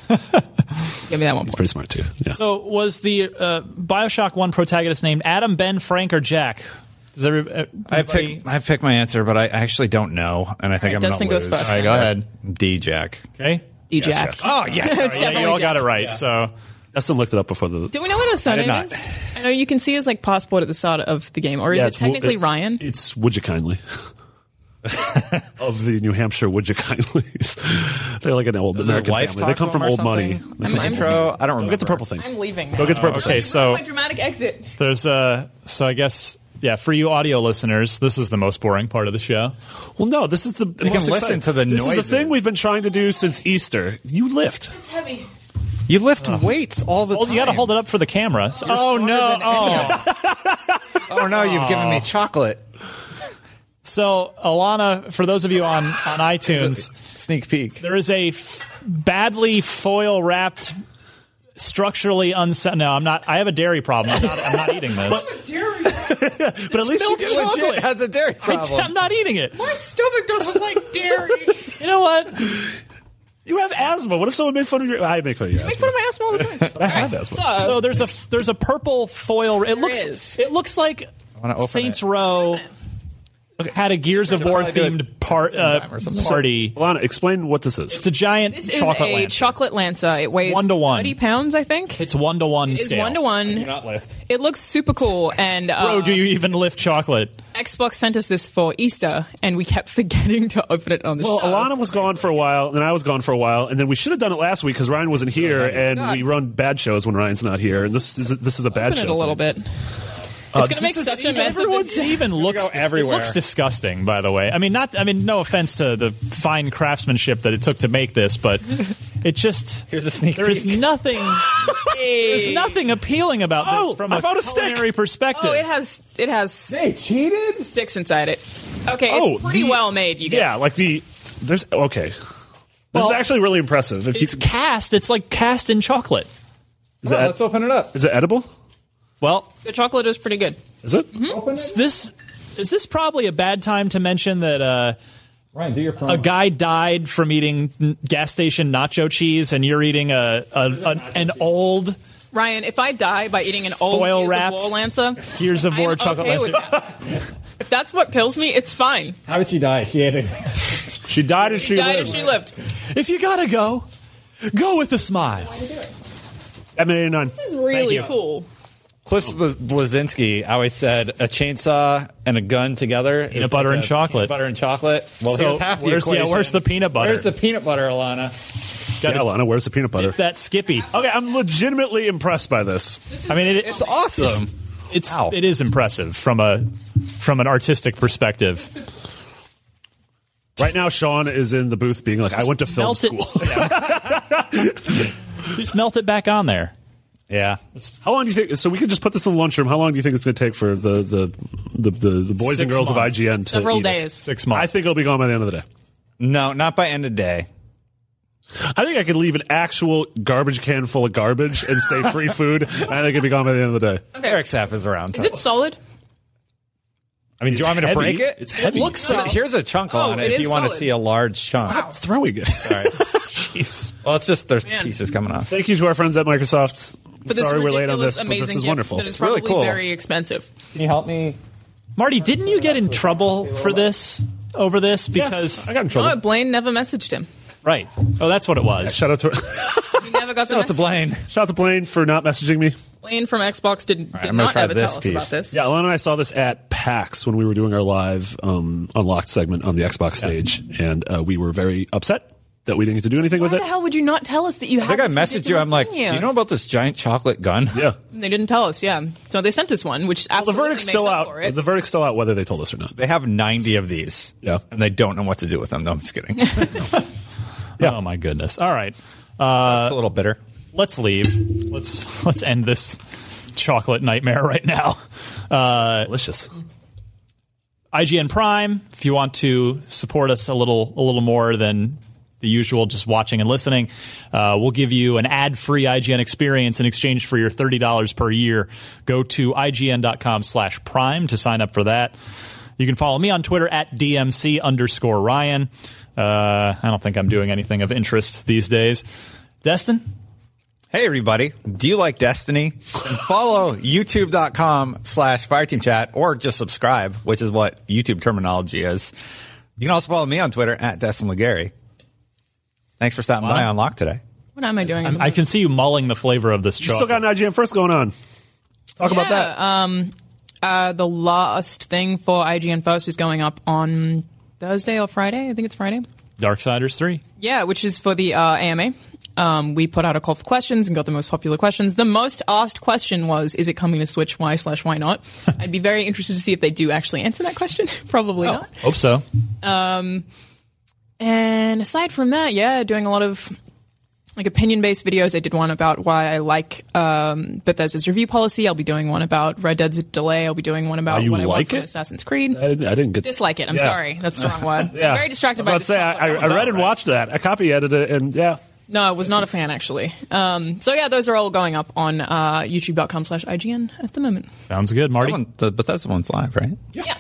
[SPEAKER 3] give me that one point.
[SPEAKER 4] Pretty smart too. Yeah.
[SPEAKER 1] So was the uh, Bioshock One protagonist named Adam, Ben, Frank, or Jack? Does every, uh, everybody?
[SPEAKER 2] I pick. I pick my answer, but I actually don't know, and I think I'm
[SPEAKER 3] Dustin
[SPEAKER 2] gonna
[SPEAKER 3] goes
[SPEAKER 2] lose.
[SPEAKER 3] first. All right,
[SPEAKER 1] go ahead.
[SPEAKER 2] D Jack.
[SPEAKER 1] Okay.
[SPEAKER 3] D Jack.
[SPEAKER 2] Oh yes.
[SPEAKER 3] It's
[SPEAKER 1] Yeah,
[SPEAKER 3] definitely
[SPEAKER 1] you all got
[SPEAKER 3] Jack.
[SPEAKER 1] it right. So
[SPEAKER 4] Dustin looked it up before the.
[SPEAKER 3] Do we know what his surname
[SPEAKER 2] not.
[SPEAKER 3] is? I know you can see his like passport at the start of the game, or is
[SPEAKER 4] Yeah,
[SPEAKER 3] it
[SPEAKER 4] it's Wo-
[SPEAKER 3] technically
[SPEAKER 4] it-
[SPEAKER 3] Ryan?
[SPEAKER 4] It's Would You Kindly. of the New Hampshire Would You Kindlys. They're like an old American
[SPEAKER 2] wife
[SPEAKER 4] family. They
[SPEAKER 2] talk
[SPEAKER 4] come
[SPEAKER 2] to
[SPEAKER 4] from
[SPEAKER 2] him or
[SPEAKER 4] old money.
[SPEAKER 2] something?
[SPEAKER 4] They
[SPEAKER 3] I'm-
[SPEAKER 4] come
[SPEAKER 3] I'm
[SPEAKER 4] from
[SPEAKER 3] just-
[SPEAKER 2] Pro. I don't remember.
[SPEAKER 4] Go get the purple thing.
[SPEAKER 3] I'm leaving.
[SPEAKER 4] Go get the purple
[SPEAKER 1] okay.
[SPEAKER 4] thing.
[SPEAKER 1] So
[SPEAKER 3] My dramatic exit.
[SPEAKER 1] there's a. So I guess yeah. For you audio listeners, this is the most boring part of the show.
[SPEAKER 4] Well, no, this is the. You
[SPEAKER 2] can listen to the
[SPEAKER 4] This is the
[SPEAKER 2] noises.
[SPEAKER 4] thing we've been trying to do since Easter. You lift.
[SPEAKER 3] It's heavy.
[SPEAKER 2] You lift weights all the
[SPEAKER 1] Well,
[SPEAKER 2] time.
[SPEAKER 1] you got to hold it up for the camera. So- oh no! Oh,
[SPEAKER 2] Oh no, you've given me chocolate.
[SPEAKER 1] so Alana, for those of you on on iTunes,
[SPEAKER 2] Sneak peek.
[SPEAKER 1] there is a f- badly foil wrapped, structurally unsound. No, I'm not. I have a dairy problem. I'm not, I'm not eating this. but at least you
[SPEAKER 2] Milk
[SPEAKER 1] get
[SPEAKER 2] legit
[SPEAKER 1] chocolate.
[SPEAKER 2] has a dairy
[SPEAKER 1] I, am
[SPEAKER 2] problem.
[SPEAKER 1] not eating it.
[SPEAKER 3] My stomach doesn't like dairy.
[SPEAKER 1] You know what?
[SPEAKER 4] You have asthma. What if someone made fun of your? I make fun of your
[SPEAKER 3] Make
[SPEAKER 4] asthma.
[SPEAKER 3] fun of my asthma all the time.
[SPEAKER 4] I have asthma.
[SPEAKER 2] Uh,
[SPEAKER 1] So there's a there's a purple foil. It looks
[SPEAKER 3] is.
[SPEAKER 1] it looks like
[SPEAKER 2] wanna open
[SPEAKER 1] Saints
[SPEAKER 2] it.
[SPEAKER 1] Row had a Gears of War
[SPEAKER 2] probably do it
[SPEAKER 1] themed part uh,
[SPEAKER 2] or something.
[SPEAKER 1] party.
[SPEAKER 4] Alana, explain what this is.
[SPEAKER 1] It's a giant
[SPEAKER 3] This is
[SPEAKER 1] chocolate
[SPEAKER 3] a
[SPEAKER 1] lamp.
[SPEAKER 3] chocolate lancer. It weighs
[SPEAKER 1] One to one.
[SPEAKER 3] 30 pounds, I think.
[SPEAKER 1] it's one to one
[SPEAKER 3] It's
[SPEAKER 1] scale.
[SPEAKER 3] one to one.
[SPEAKER 2] not lift.
[SPEAKER 3] It looks super cool, and uh,
[SPEAKER 1] Bro, Oh, do you even lift chocolate?
[SPEAKER 3] Xbox sent us this for Easter, and we kept forgetting to open it on the
[SPEAKER 4] Well,
[SPEAKER 3] show.
[SPEAKER 4] Alana was gone for a while, and I was gone for a while, and then we should have done it last week because Ryan wasn't here, and
[SPEAKER 3] God.
[SPEAKER 4] we run bad shows when Ryan's not here, and this is this is a bad
[SPEAKER 3] open it
[SPEAKER 4] show.
[SPEAKER 3] a little
[SPEAKER 4] thing.
[SPEAKER 3] bit.
[SPEAKER 4] Uh,
[SPEAKER 3] it's gonna make
[SPEAKER 4] this is-
[SPEAKER 3] such a mess. of
[SPEAKER 1] Everyone's
[SPEAKER 3] this.
[SPEAKER 1] even looks
[SPEAKER 2] go everywhere.
[SPEAKER 1] It looks disgusting, by the way. I mean, not. I mean, no offense to the fine craftsmanship that it took to make this, but it just
[SPEAKER 2] Here's a sneak
[SPEAKER 1] There is
[SPEAKER 2] peek.
[SPEAKER 1] nothing. there's nothing appealing about
[SPEAKER 4] Oh,
[SPEAKER 1] this from
[SPEAKER 4] I
[SPEAKER 1] a
[SPEAKER 4] found a stick.
[SPEAKER 1] culinary perspective.
[SPEAKER 3] Oh, it has it has
[SPEAKER 2] They cheated.
[SPEAKER 3] sticks inside it. Okay,
[SPEAKER 4] Oh,
[SPEAKER 3] it's pretty
[SPEAKER 4] the-
[SPEAKER 3] well made. You guys.
[SPEAKER 4] Yeah, like the there's okay. This
[SPEAKER 1] Well,
[SPEAKER 4] is actually really impressive. If you,
[SPEAKER 1] it's cast. It's like cast in chocolate.
[SPEAKER 4] is, it,
[SPEAKER 2] Let's open it up.
[SPEAKER 4] is it edible?
[SPEAKER 1] Well,
[SPEAKER 3] the chocolate is pretty good.
[SPEAKER 4] Is it?
[SPEAKER 1] is this is this probably a bad time to mention that uh,
[SPEAKER 2] Ryan, do your
[SPEAKER 1] a
[SPEAKER 2] promo.
[SPEAKER 1] guy died from eating n- gas station nacho cheese, and you're eating a, a, an- an old
[SPEAKER 3] Ryan, if I die by eating an old
[SPEAKER 1] Foil
[SPEAKER 3] piece of
[SPEAKER 1] wrapped.
[SPEAKER 3] War lancer,
[SPEAKER 1] Gears of
[SPEAKER 3] I am
[SPEAKER 1] War chocolate
[SPEAKER 3] okay
[SPEAKER 1] lantern.
[SPEAKER 3] with that. if that's what kills me, it's fine.
[SPEAKER 2] How did she die? She ate it.
[SPEAKER 4] She died as she
[SPEAKER 3] Died
[SPEAKER 4] lived.
[SPEAKER 3] if she lived.
[SPEAKER 1] If you gotta go, go with a smile.
[SPEAKER 4] M eighty nine.
[SPEAKER 3] This is really
[SPEAKER 1] you.
[SPEAKER 3] cool.
[SPEAKER 2] Cliff Bla- Blazinski always said a chainsaw and a gun together. is
[SPEAKER 1] Peanut butter
[SPEAKER 2] like
[SPEAKER 1] and
[SPEAKER 2] a
[SPEAKER 1] chocolate."
[SPEAKER 2] Peanut butter and chocolate. Well,
[SPEAKER 1] So
[SPEAKER 2] here's half the
[SPEAKER 1] where's- yeah,
[SPEAKER 2] equation.
[SPEAKER 1] where's the peanut butter?
[SPEAKER 2] Where's the peanut butter, Alana?
[SPEAKER 4] Yeah, Lana, where's the peanut butter?
[SPEAKER 1] That Skippy.
[SPEAKER 4] Okay, I'm legitimately impressed by this.
[SPEAKER 1] I mean, it,
[SPEAKER 2] It's awesome.
[SPEAKER 1] It's
[SPEAKER 2] Wow.
[SPEAKER 1] it is impressive from a from an artistic perspective.
[SPEAKER 4] Right now, Sean is in the booth being like, I went to film
[SPEAKER 1] Melt it-
[SPEAKER 4] school.
[SPEAKER 1] Just melt it back on there.
[SPEAKER 2] yeah.
[SPEAKER 4] How long do you think? So we could just put this in the lunchroom. How long do you think it's going to take for the the the, the, the boys and
[SPEAKER 1] Six
[SPEAKER 4] girls
[SPEAKER 1] months.
[SPEAKER 4] of IGN to
[SPEAKER 3] Several
[SPEAKER 4] eat it?
[SPEAKER 3] days.
[SPEAKER 1] Six
[SPEAKER 4] I
[SPEAKER 1] months.
[SPEAKER 4] think it'll be gone by the end of the day.
[SPEAKER 2] No, not by end of day.
[SPEAKER 4] I think I could leave an actual garbage can full of garbage and say free food, and I think it'd be gone by the end of the day.
[SPEAKER 2] Eric's half is around.
[SPEAKER 3] Is it solid?
[SPEAKER 2] I mean, do you want me to
[SPEAKER 4] heavy.
[SPEAKER 2] break it?
[SPEAKER 4] It's heavy.
[SPEAKER 2] It looks
[SPEAKER 3] No,
[SPEAKER 2] so-
[SPEAKER 3] but-
[SPEAKER 2] Here's a chunk
[SPEAKER 3] Oh,
[SPEAKER 2] on it
[SPEAKER 3] it
[SPEAKER 2] if
[SPEAKER 3] is
[SPEAKER 2] you want to
[SPEAKER 3] solid.
[SPEAKER 2] see a large chunk.
[SPEAKER 3] Wow.
[SPEAKER 4] Throwing it.
[SPEAKER 2] All right. Well, it's just there's pieces coming off.
[SPEAKER 4] Thank you to our friends at Microsoft.
[SPEAKER 3] For this
[SPEAKER 4] Sorry we're late
[SPEAKER 3] ridiculous,
[SPEAKER 4] on this, but
[SPEAKER 3] amazing
[SPEAKER 4] this is
[SPEAKER 3] gift
[SPEAKER 4] wonderful.
[SPEAKER 3] That is
[SPEAKER 2] It's really
[SPEAKER 3] probably
[SPEAKER 2] cool.
[SPEAKER 3] very expensive.
[SPEAKER 2] Can you help me?
[SPEAKER 1] Marty, didn't you get in trouble for this over this because
[SPEAKER 4] I got in
[SPEAKER 3] Oh,
[SPEAKER 4] trouble.
[SPEAKER 3] Blaine never messaged him.
[SPEAKER 1] right? Oh, that's what it was.
[SPEAKER 4] Shout out to
[SPEAKER 3] He never got the
[SPEAKER 2] Shout out to
[SPEAKER 3] message.
[SPEAKER 2] Blaine.
[SPEAKER 4] shout out to Blaine for not messaging me.
[SPEAKER 3] Blaine from Xbox did, did
[SPEAKER 2] I'm gonna
[SPEAKER 3] not
[SPEAKER 2] try
[SPEAKER 3] ever
[SPEAKER 2] this
[SPEAKER 3] tell us
[SPEAKER 2] piece.
[SPEAKER 3] about this.
[SPEAKER 4] Yeah, Alana and I saw this at PAX when we were doing our live um, unlocked segment on the Xbox stage, and uh, we were very upset that we didn't get to do anything
[SPEAKER 3] Why
[SPEAKER 4] with it.
[SPEAKER 3] the hell would you not tell us that you
[SPEAKER 2] I
[SPEAKER 3] had?
[SPEAKER 2] think I
[SPEAKER 3] this
[SPEAKER 2] messaged you.
[SPEAKER 3] ridiculous
[SPEAKER 2] I'm like,
[SPEAKER 3] thing
[SPEAKER 2] do
[SPEAKER 3] here?
[SPEAKER 2] you know about this giant chocolate gun?
[SPEAKER 4] Yeah.
[SPEAKER 3] They didn't tell us. Yeah, so they sent us one, which
[SPEAKER 4] The
[SPEAKER 3] absolutely
[SPEAKER 4] verdict's
[SPEAKER 3] makes
[SPEAKER 4] still
[SPEAKER 3] up
[SPEAKER 4] out.
[SPEAKER 3] For it.
[SPEAKER 4] The verdict's still out whether they told us or not.
[SPEAKER 2] They have 90 of these.
[SPEAKER 4] Yeah.
[SPEAKER 2] And they don't know what to do with them. No, I'm just kidding. it's
[SPEAKER 1] Oh my goodness. All right,
[SPEAKER 2] a little bitter.
[SPEAKER 1] let's leave. Let's let's end this chocolate nightmare right now. Uh,
[SPEAKER 4] Delicious.
[SPEAKER 1] IGN Prime. If you want to support us a little a little more than the usual, just watching and listening, uh, we'll give you an ad free IGN experience in exchange for your thirty dollars per year. Go to ign.com/prime to sign up for that. You can follow me on Twitter at dmc underscore Ryan. Uh, I don't think I'm doing anything of interest these days. Destin,
[SPEAKER 2] Hey, everybody. Do you like Destiny? Follow youtube.com slash fireteamchat or just subscribe, which is what YouTube terminology is. You can also follow me on Twitter at Destin Legary. Thanks for stopping by on Lock today.
[SPEAKER 3] what am I doing?
[SPEAKER 1] I'm, I can see you mulling the flavor of this
[SPEAKER 4] You still
[SPEAKER 1] chocolate.
[SPEAKER 4] got an IGN first going on. Talk about that.
[SPEAKER 3] uh, the last thing for IGN First is going up on Thursday or Friday. I think it's Friday.
[SPEAKER 1] Darksiders three.
[SPEAKER 3] Yeah, which is for the uh, AMA. Um, we put out a call for questions and got the most popular questions. The most asked question was, "Is it coming to Switch? Why slash why not?" I'd be very interested to see if they do actually answer that question. Probably
[SPEAKER 4] Oh.
[SPEAKER 3] not.
[SPEAKER 1] Hope so.
[SPEAKER 3] And aside from that, yeah, doing a lot of like opinion based videos. I did one about why I like um, Bethesda's review policy. I'll be doing one about Red Dead's delay. I'll be doing one about
[SPEAKER 4] Oh, you
[SPEAKER 3] what I
[SPEAKER 4] like
[SPEAKER 3] want from
[SPEAKER 4] it?
[SPEAKER 3] Assassin's Creed.
[SPEAKER 4] I, didn't, I didn't get
[SPEAKER 3] Dislike it. I'm
[SPEAKER 4] Yeah.
[SPEAKER 3] sorry. That's the wrong word.
[SPEAKER 4] Yeah.
[SPEAKER 3] I'm very distracted
[SPEAKER 4] I
[SPEAKER 3] by
[SPEAKER 4] was
[SPEAKER 3] this
[SPEAKER 4] about to say, I,
[SPEAKER 3] chocolate.
[SPEAKER 4] I read and watched that. I copy edited it, and yeah.
[SPEAKER 3] No, I was not a fan actually. Um, so yeah, those are all going up on uh, YouTube.com/ign at the moment.
[SPEAKER 1] Sounds good, Marty.
[SPEAKER 2] That one, the Bethesda one's live, right?
[SPEAKER 3] Yeah.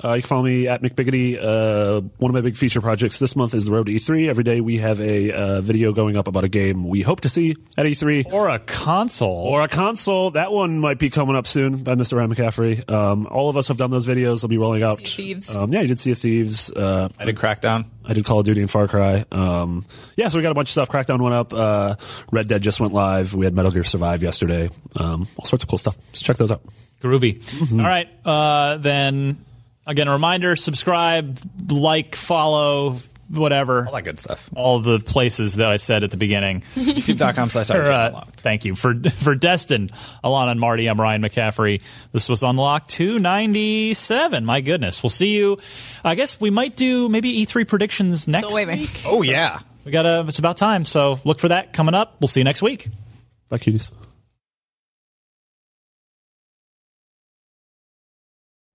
[SPEAKER 4] Uh, you can follow me at McBiggity. Uh, one of my big feature projects this month is the Road to E3. Every day we have a uh, video going up about a game we hope to see at E E3.
[SPEAKER 1] or a console.
[SPEAKER 4] or a console. That one might be coming up soon by Mr. Ryan McCaffrey. Um, all of us have done those videos. They'll be rolling out.
[SPEAKER 3] Sea of Thieves.
[SPEAKER 4] Um, yeah, you did see of Thieves. Uh,
[SPEAKER 2] I did Crackdown.
[SPEAKER 4] I did Call of Duty and Far Cry. Um, yeah, so we got a bunch of stuff. Crackdown went up. Uh, Red Dead just went live. We had Metal Gear Survive yesterday. Um, all sorts of cool stuff. So check those out.
[SPEAKER 1] Groovy.
[SPEAKER 4] Mm-hmm.
[SPEAKER 1] All right. Uh, then, again, a reminder subscribe, like, follow, whatever.
[SPEAKER 2] All that good stuff.
[SPEAKER 1] All the places that I said at the beginning.
[SPEAKER 2] YouTube.com slash
[SPEAKER 1] For, uh,
[SPEAKER 2] IGN.
[SPEAKER 1] thank you. For for Destin, Alana, and Marty, I'm Ryan McCaffrey. This was Unlock 297. My goodness. We'll see you. I guess we might do maybe E3 predictions next
[SPEAKER 3] waving.
[SPEAKER 1] week.
[SPEAKER 2] Oh, yeah.
[SPEAKER 1] We gotta, it's about time. So look for that coming up. We'll see you next week.
[SPEAKER 4] Bye, cuties.